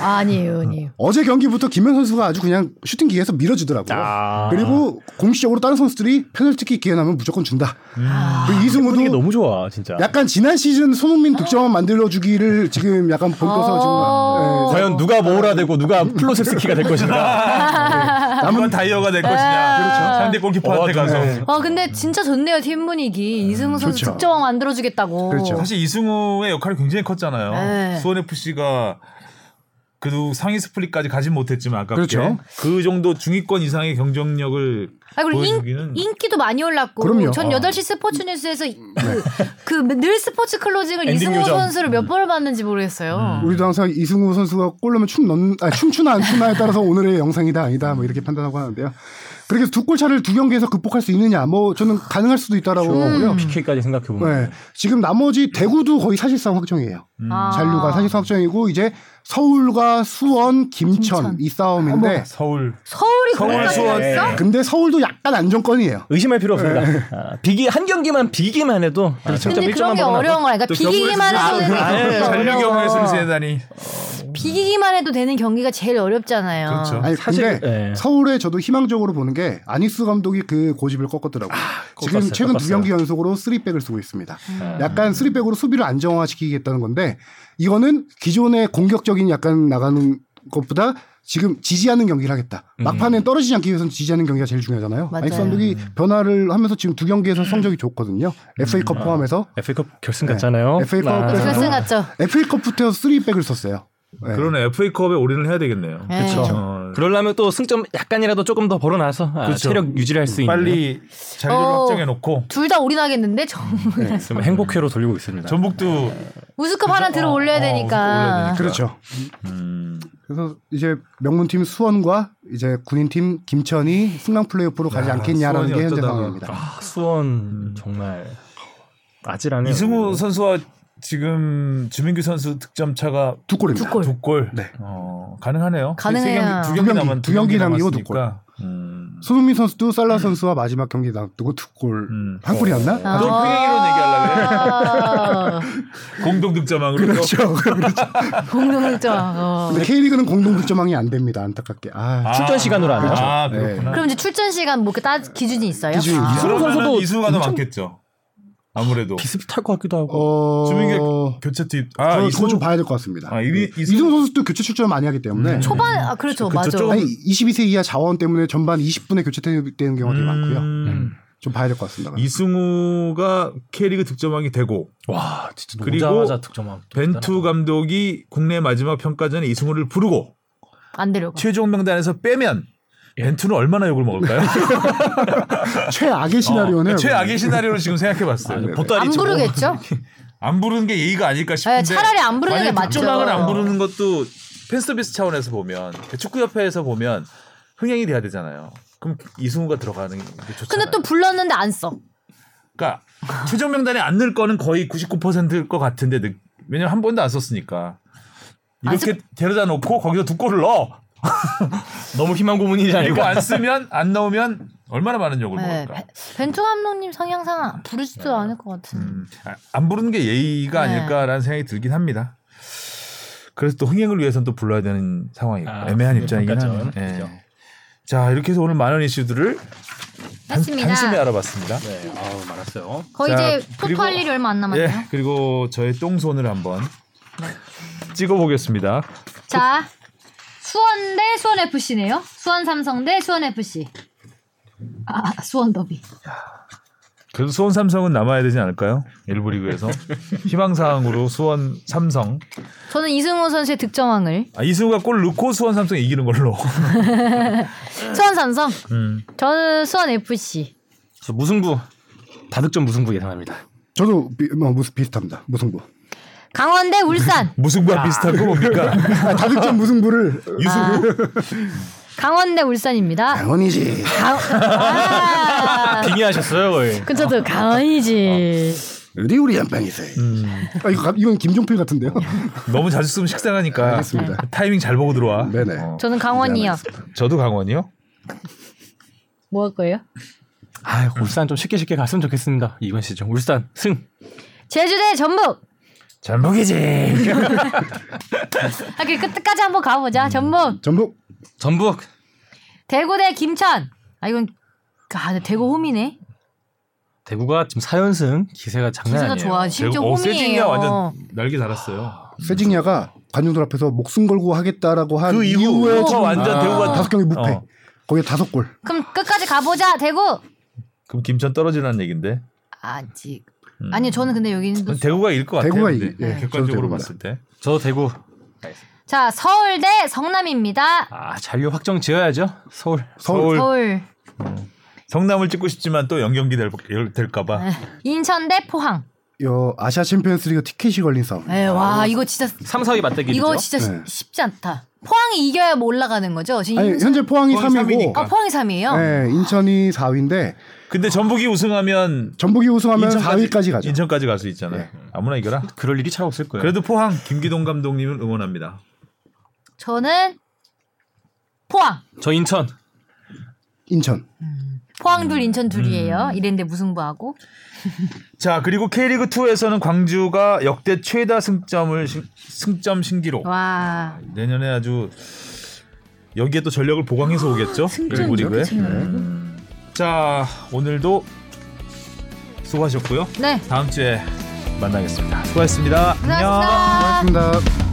S1: 아니에요, 아니에요.
S4: 어제 경기부터 김현 선수가 아주 그냥 슈팅 기계에서 밀어주더라고요.
S6: 아.
S4: 그리고 공식적으로 다른 선수들이 페널티킥 기회 나면 무조건 준다. 그
S6: 음. 아, 분위기
S4: 이승우도
S6: 너무 좋아 진짜.
S4: 약간 지난 시즌 손흥민 득점만 만들어주기를 지금 약간
S6: 아.
S1: 어.
S4: 본떠서 지금 예,
S6: 과연 누가 모으라 되고 누가 플로셉스키가 될 것인가.
S2: 남은 다이어가 될 것이냐. 그렇죠. 상대 골키퍼한테
S6: 어,
S2: 가서.
S1: 아 근데 진짜 좋네요 팀 분위기 이승우 선수
S4: 좋죠.
S1: 득점왕 만들어주겠다고.
S4: 그렇죠.
S2: 사실 이승우의 역할이 굉장히 컸잖아요.
S1: 네.
S2: 수원 FC가 그래도 상위 스플릿까지 가진 못했지만 아깝게
S4: 그렇죠.
S2: 그 정도 중위권 이상의 경쟁력을
S1: 아 그리고
S2: 보여주기는
S1: 인, 기도 많이 올랐고
S4: 그럼요.
S1: 전
S4: 아.
S1: 8시 스포츠 뉴스에서 그 늘 스포츠 클로징을
S6: 엔딩
S1: 이승우
S6: 요정.
S1: 선수를
S2: 음.
S1: 몇 번을 봤는지 모르겠어요.
S4: 우리도 항상 이승우 선수가 골 넣으면 춤 넣는 아, 춤추나 안 추나에 따라서 오늘의 영상이다 아니다 뭐 이렇게 판단하고 하는데요. 그렇게 해서 두 골차를 두 경기에서 극복할 수 있느냐 뭐 저는 가능할 수도 있다라고
S6: 음.
S4: 보고요.
S6: PK까지 생각해 보면.
S4: 네. 지금 나머지 대구도 거의 사실상 확정이에요.
S1: 아.
S4: 잔류가 사실상 확정이고 이제 서울과 수원, 김천, 아, 뭐.
S1: 김천.
S4: 이 싸움인데
S2: 서울
S1: 서울이
S2: 서울,
S1: 거기까지
S2: 수원.
S1: 갔어?
S4: 근데 서울도 약간 안정권이에요.
S6: 의심할 필요 없습니다. 아, 비기 한 경기만 비기만 해도 아,
S1: 근데
S6: 0.1점만
S1: 그런 게 어려운 거야. 그러니까
S2: 또
S1: 비기기만 해도
S2: 경우의
S1: 되는
S2: 수를- 아, 예.
S1: 경기가
S2: 잔류 경우의 수를
S1: 어려워.
S2: 세다니.
S1: 비기기만 해도 되는 경기가 제일 어렵잖아요.
S2: 그렇죠.
S4: 아니
S6: 사실,
S4: 근데
S6: 예.
S4: 서울에 저도 희망적으로 보는 게 아니스 감독이 그 고집을
S6: 아,
S4: 꺾었더라고요. 지금
S6: 꺾었어요,
S4: 최근 두
S6: 꺾었어요. 음. 아.
S4: 경기 연속으로 3백을 쓰고 있습니다. 약간 3백으로 수비를 안정화시키겠다는 건데 이거는 기존의 공격적인 약간 나가는 것보다 지금 지지하는 경기를 하겠다.
S6: 음.
S4: 막판에 떨어지지 않기 위해서는 지지하는 경기가 제일 중요하잖아요.
S1: 맞아요.
S4: 아니스 감독이
S6: 음.
S4: 변화를 하면서 지금 두 경기에서 성적이 좋거든요. FA컵 포함해서
S6: 네. FA컵 결승 갔잖아요.
S4: FA컵
S6: 음. 아.
S4: 결승.
S1: 결승 같죠.
S4: FA컵부터 3백을 썼어요. 네.
S2: 그러네 FA컵에 올인을 해야 되겠네요.
S1: 예.
S2: 어,
S6: 그러려면 또 승점 약간이라도 조금 더 벌어놔서 아,
S2: 그렇죠.
S6: 체력 유지를 할 수 있는
S2: 빨리 자료를
S1: 어.
S2: 확정해 놓고
S1: 둘 다 올인하겠는데 정말
S6: 지금 행복회로 돌리고 있습니다.
S2: 전북도
S1: 우승컵 하나 들어 올려야
S2: 어, 우승컵 올려야
S1: 되니까.
S2: 되니까.
S4: 그렇죠.
S2: 음,
S4: 그래서 이제 명문팀 수원과 이제 군인팀 김천이 승강 플레이오프로 가지
S2: 야,
S4: 않겠냐라는
S2: 수원이
S4: 게 현재
S2: 어쩌다가-
S4: 상황입니다.
S6: 아, 수원 정말 아찔하네요. 어,
S2: 이승우 선수와 지금 주민규 선수 득점 차가
S4: 두 골입니다.
S1: 두 골.
S2: 두 골.
S4: 네.
S2: 어, 가능하네요.
S1: 가능해요.
S2: 세 경기, 두 경기
S4: 두 경기,
S2: 남았
S4: 두 경기 남기고 두
S2: 남았으니까. 음.
S4: 손흥민 선수도 살라 선수와 마지막 경기 놔두고 두 골.
S2: 음.
S4: 한 골이었나?
S1: 아.
S2: 너 팽이론
S1: 얘기하려고 그래.
S2: 공동 득점왕으로
S4: 그렇죠.
S1: 공동점. 어.
S4: 근데 K리그는 공동 득점왕이 안 됩니다. 안타깝게. 아,
S2: 아,
S6: 출전 시간으로 안 하죠. 네.
S2: 아, 그렇구나.
S1: 그럼 이제 출전 시간 뭐 뭐그따 기준이 있어요?
S4: 기준이
S1: 아.
S4: 있어요.
S2: 그러면은
S6: 선수도
S2: 이승우가 더 많겠죠. 아무래도
S6: 비슷할 것 같기도 하고.
S4: 어,
S2: 주민규 교체 투입. 아,
S4: 저는 그거
S2: 이승우
S4: 좀 봐야 될 것 같습니다. 네.
S2: 아, 이,
S4: 이승 우 선수도 교체 출전을 많이 하기 때문에
S2: 음.
S1: 초반 아 그렇죠
S2: 그
S1: 맞아.
S2: 저쪽은
S4: 아니 22세 이하 자원 때문에 전반 20분에 교체되는 경우가 되게 많고요. 네.
S2: 음,
S4: 좀 봐야 될 것 같습니다.
S2: 이승우가 K리그 득점왕이 되고
S6: 와, 진짜
S2: 그리고
S6: 오자마자 득점왕.
S2: 벤투 감독이 국내 마지막 평가전에 이승우를 부르고
S1: 안
S6: 아.
S1: 데려가.
S2: 최종 명단에서 빼면
S6: 예.
S2: 벤투는 얼마나 욕을 먹을까요?
S4: 최악의
S2: 아.
S4: 시나리오네요.
S2: 어, 최악의 시나리오로 지금 생각해봤어요.
S6: 아, 보따리
S1: 안
S6: 치고.
S1: 부르겠죠?
S2: 안 부르는 게 예의가 아닐까
S1: 네,
S2: 싶은데
S1: 차라리 안 부르는 게
S2: 만약에
S1: 맞죠.
S2: 득점왕을 안 부르는 것도 팬 서비스 차원에서 보면 축구협회에서 보면 흥행이 돼야 되잖아요. 그럼 이승우가 들어가는 게 좋잖아요.
S1: 근데 또 불렀는데 안 써.
S2: 그러니까 최종 명단에 안 넣을 거는 거의 99%일 것 같은데 느- 왜냐면 한 번도 안 썼으니까 이렇게 데려다 놓고 거기서 두 골을 넣어
S6: 너무 희망 고문이
S2: 이거
S6: 아니고
S2: 안 쓰면 안 넣으면 얼마나 많은
S5: 예,
S2: 욕을
S1: 네,
S2: 먹을까
S1: 벤- 벤투 감독님 성향상 부르지도 않을 것 같은.
S2: 음, 아, 안 부르는 게 예의가
S1: 네.
S2: 아닐까라는 생각이 들긴 합니다. 그래서 또 흥행을 위해서는 또 불러야 되는 상황이고
S6: 아,
S2: 애매한
S6: 네,
S2: 입장이긴
S6: 평가죠.
S2: 하네요. 예.
S6: 그죠.
S2: 자 이렇게 해서 오늘 많은 이슈들을 단,
S5: 맞습니다.
S2: 단숨에 알아봤습니다.
S6: 네, 아우 많았어요.
S5: 거의
S2: 자,
S5: 이제 토토할
S2: 그리고-
S5: 일이 얼마 안 남았네요.
S2: 예, 그리고 저의 똥손을 한번
S4: 네.
S2: 찍어보겠습니다.
S5: 자, 수원 대 수원 FC네요. 수원 삼성 대 수원 FC. 아, 수원 더비.
S2: 그래도 수원 삼성은 남아야 되지 않을까요? 일부 리그에서 희망사항으로 수원 삼성
S5: 저는 이승우 선수의 득점왕을.
S2: 아, 이승우가 골 넣고 수원 삼성 이기는 걸로.
S5: 수원 삼성.
S2: 음.
S5: 저는 수원 FC.
S6: 저 무승부 다득점 무승부 예상합니다.
S4: 저도 비, 뭐, 무슨 비슷합니다. 무승부.
S5: 강원 대 울산.
S2: 무승부와 비슷한 거 뭡니까?
S4: 아, 다득점 무승부를
S5: 강원 대 울산입니다.
S4: 강원이지.
S5: 강... 아,
S6: 빙의하셨어요 거의.
S5: 근데 저도 강원이지.
S4: 우리 우리 연방이세. 아, 이거 가- 이건 김종필 같은데요.
S2: 너무 자주 쓰면 식상하니까.
S4: 알겠습니다.
S2: 타이밍 잘 보고 들어와.
S4: 네네.
S2: 어.
S5: 저는 강원이요.
S2: 저도 강원이요.
S5: 뭐 할 거예요?
S6: 아, 울산 좀 쉽게 쉽게 갔으면 좋겠습니다. 이번 시즌 울산 승.
S5: 제주 대 전북.
S2: 전북이지.
S5: 아, 그 끝까지 한번 가보자. 전북.
S4: 전북
S6: 전북
S5: 대구 대 김천. 아, 이건 아, 근데 대구 홈이네.
S6: 대구가 지금 4연승 기세가 장난
S1: 기세가
S6: 아니에요.
S1: 좋아. 심지어
S2: 어, 세징야
S1: 홈이에요.
S2: 완전 날개 달았어요.
S4: 세징야가 관중들 앞에서 목숨 걸고 하겠다라고 한
S2: 그 이후
S4: 이후에
S2: 어,
S4: 지금
S2: 완전
S4: 아,
S2: 대우가
S4: 다섯 경기 무패.
S2: 어.
S4: 거기에 다섯 골.
S5: 그럼 끝까지 가보자. 대구.
S2: 그럼 김천 떨어지라는 얘긴데.
S1: 아직. 아니 저는 근데 여기는
S5: 그렇죠.
S1: 또
S2: 대구가 이길 것 같아요.
S4: 대구가
S2: 근데.
S4: 이기- 예, 저도
S2: 객관적으로
S4: 대구입니다.
S2: 봤을 때.
S6: 저 대구
S5: 자, 서울 대 성남입니다.
S6: 아 잔류 확정 지어야죠. 서울.
S4: 서울.
S5: 서울.
S2: 성남을 찍고 싶지만 또 연경기 될, 될까 봐.
S5: 네. 인천 대 포항.
S4: 여 아시아 챔피언스리그 티켓이 걸린 싸움.
S5: 네.
S1: 에, 와 이거 진짜
S6: 3, 4위 맞대기죠.
S1: 이거 진짜 시-
S4: 네.
S1: 쉽지 않다. 포항이 이겨야 뭐 올라가는 거죠? 지금
S4: 아니
S1: 인천-
S4: 현재 포항이
S2: 포항이
S4: 3위고
S1: 아 포항이 3위예요?
S4: 네, 인천이 4위인데
S2: 근데 전북이 우승하면
S4: 전북이 우승하면 4위까지 가죠.
S2: 인천까지 갈 수 있잖아요. 아무나 이겨라.
S6: 그럴 일이 잘 없을 거예요.
S2: 그래도 포항 김기동 감독님은 응원합니다.
S5: 저는 포항.
S6: 저 인천
S4: 인천.
S1: 포항 둘 인천 둘이에요. 이랬는데 무승부하고.
S2: 자 그리고 K리그 2에서는 광주가 역대 최다 승점을 신- 승점 신기록.
S5: 와.
S2: 내년에 아주 여기에 또 전력을 보강해서 오겠죠. 아, 네, 승점 리그에. 네. 자 오늘도 수고하셨고요.
S5: 네.
S2: 다음 주에 만나겠습니다. 수고하셨습니다. 안녕.
S5: 감사합니다.
S4: 고맙습니다.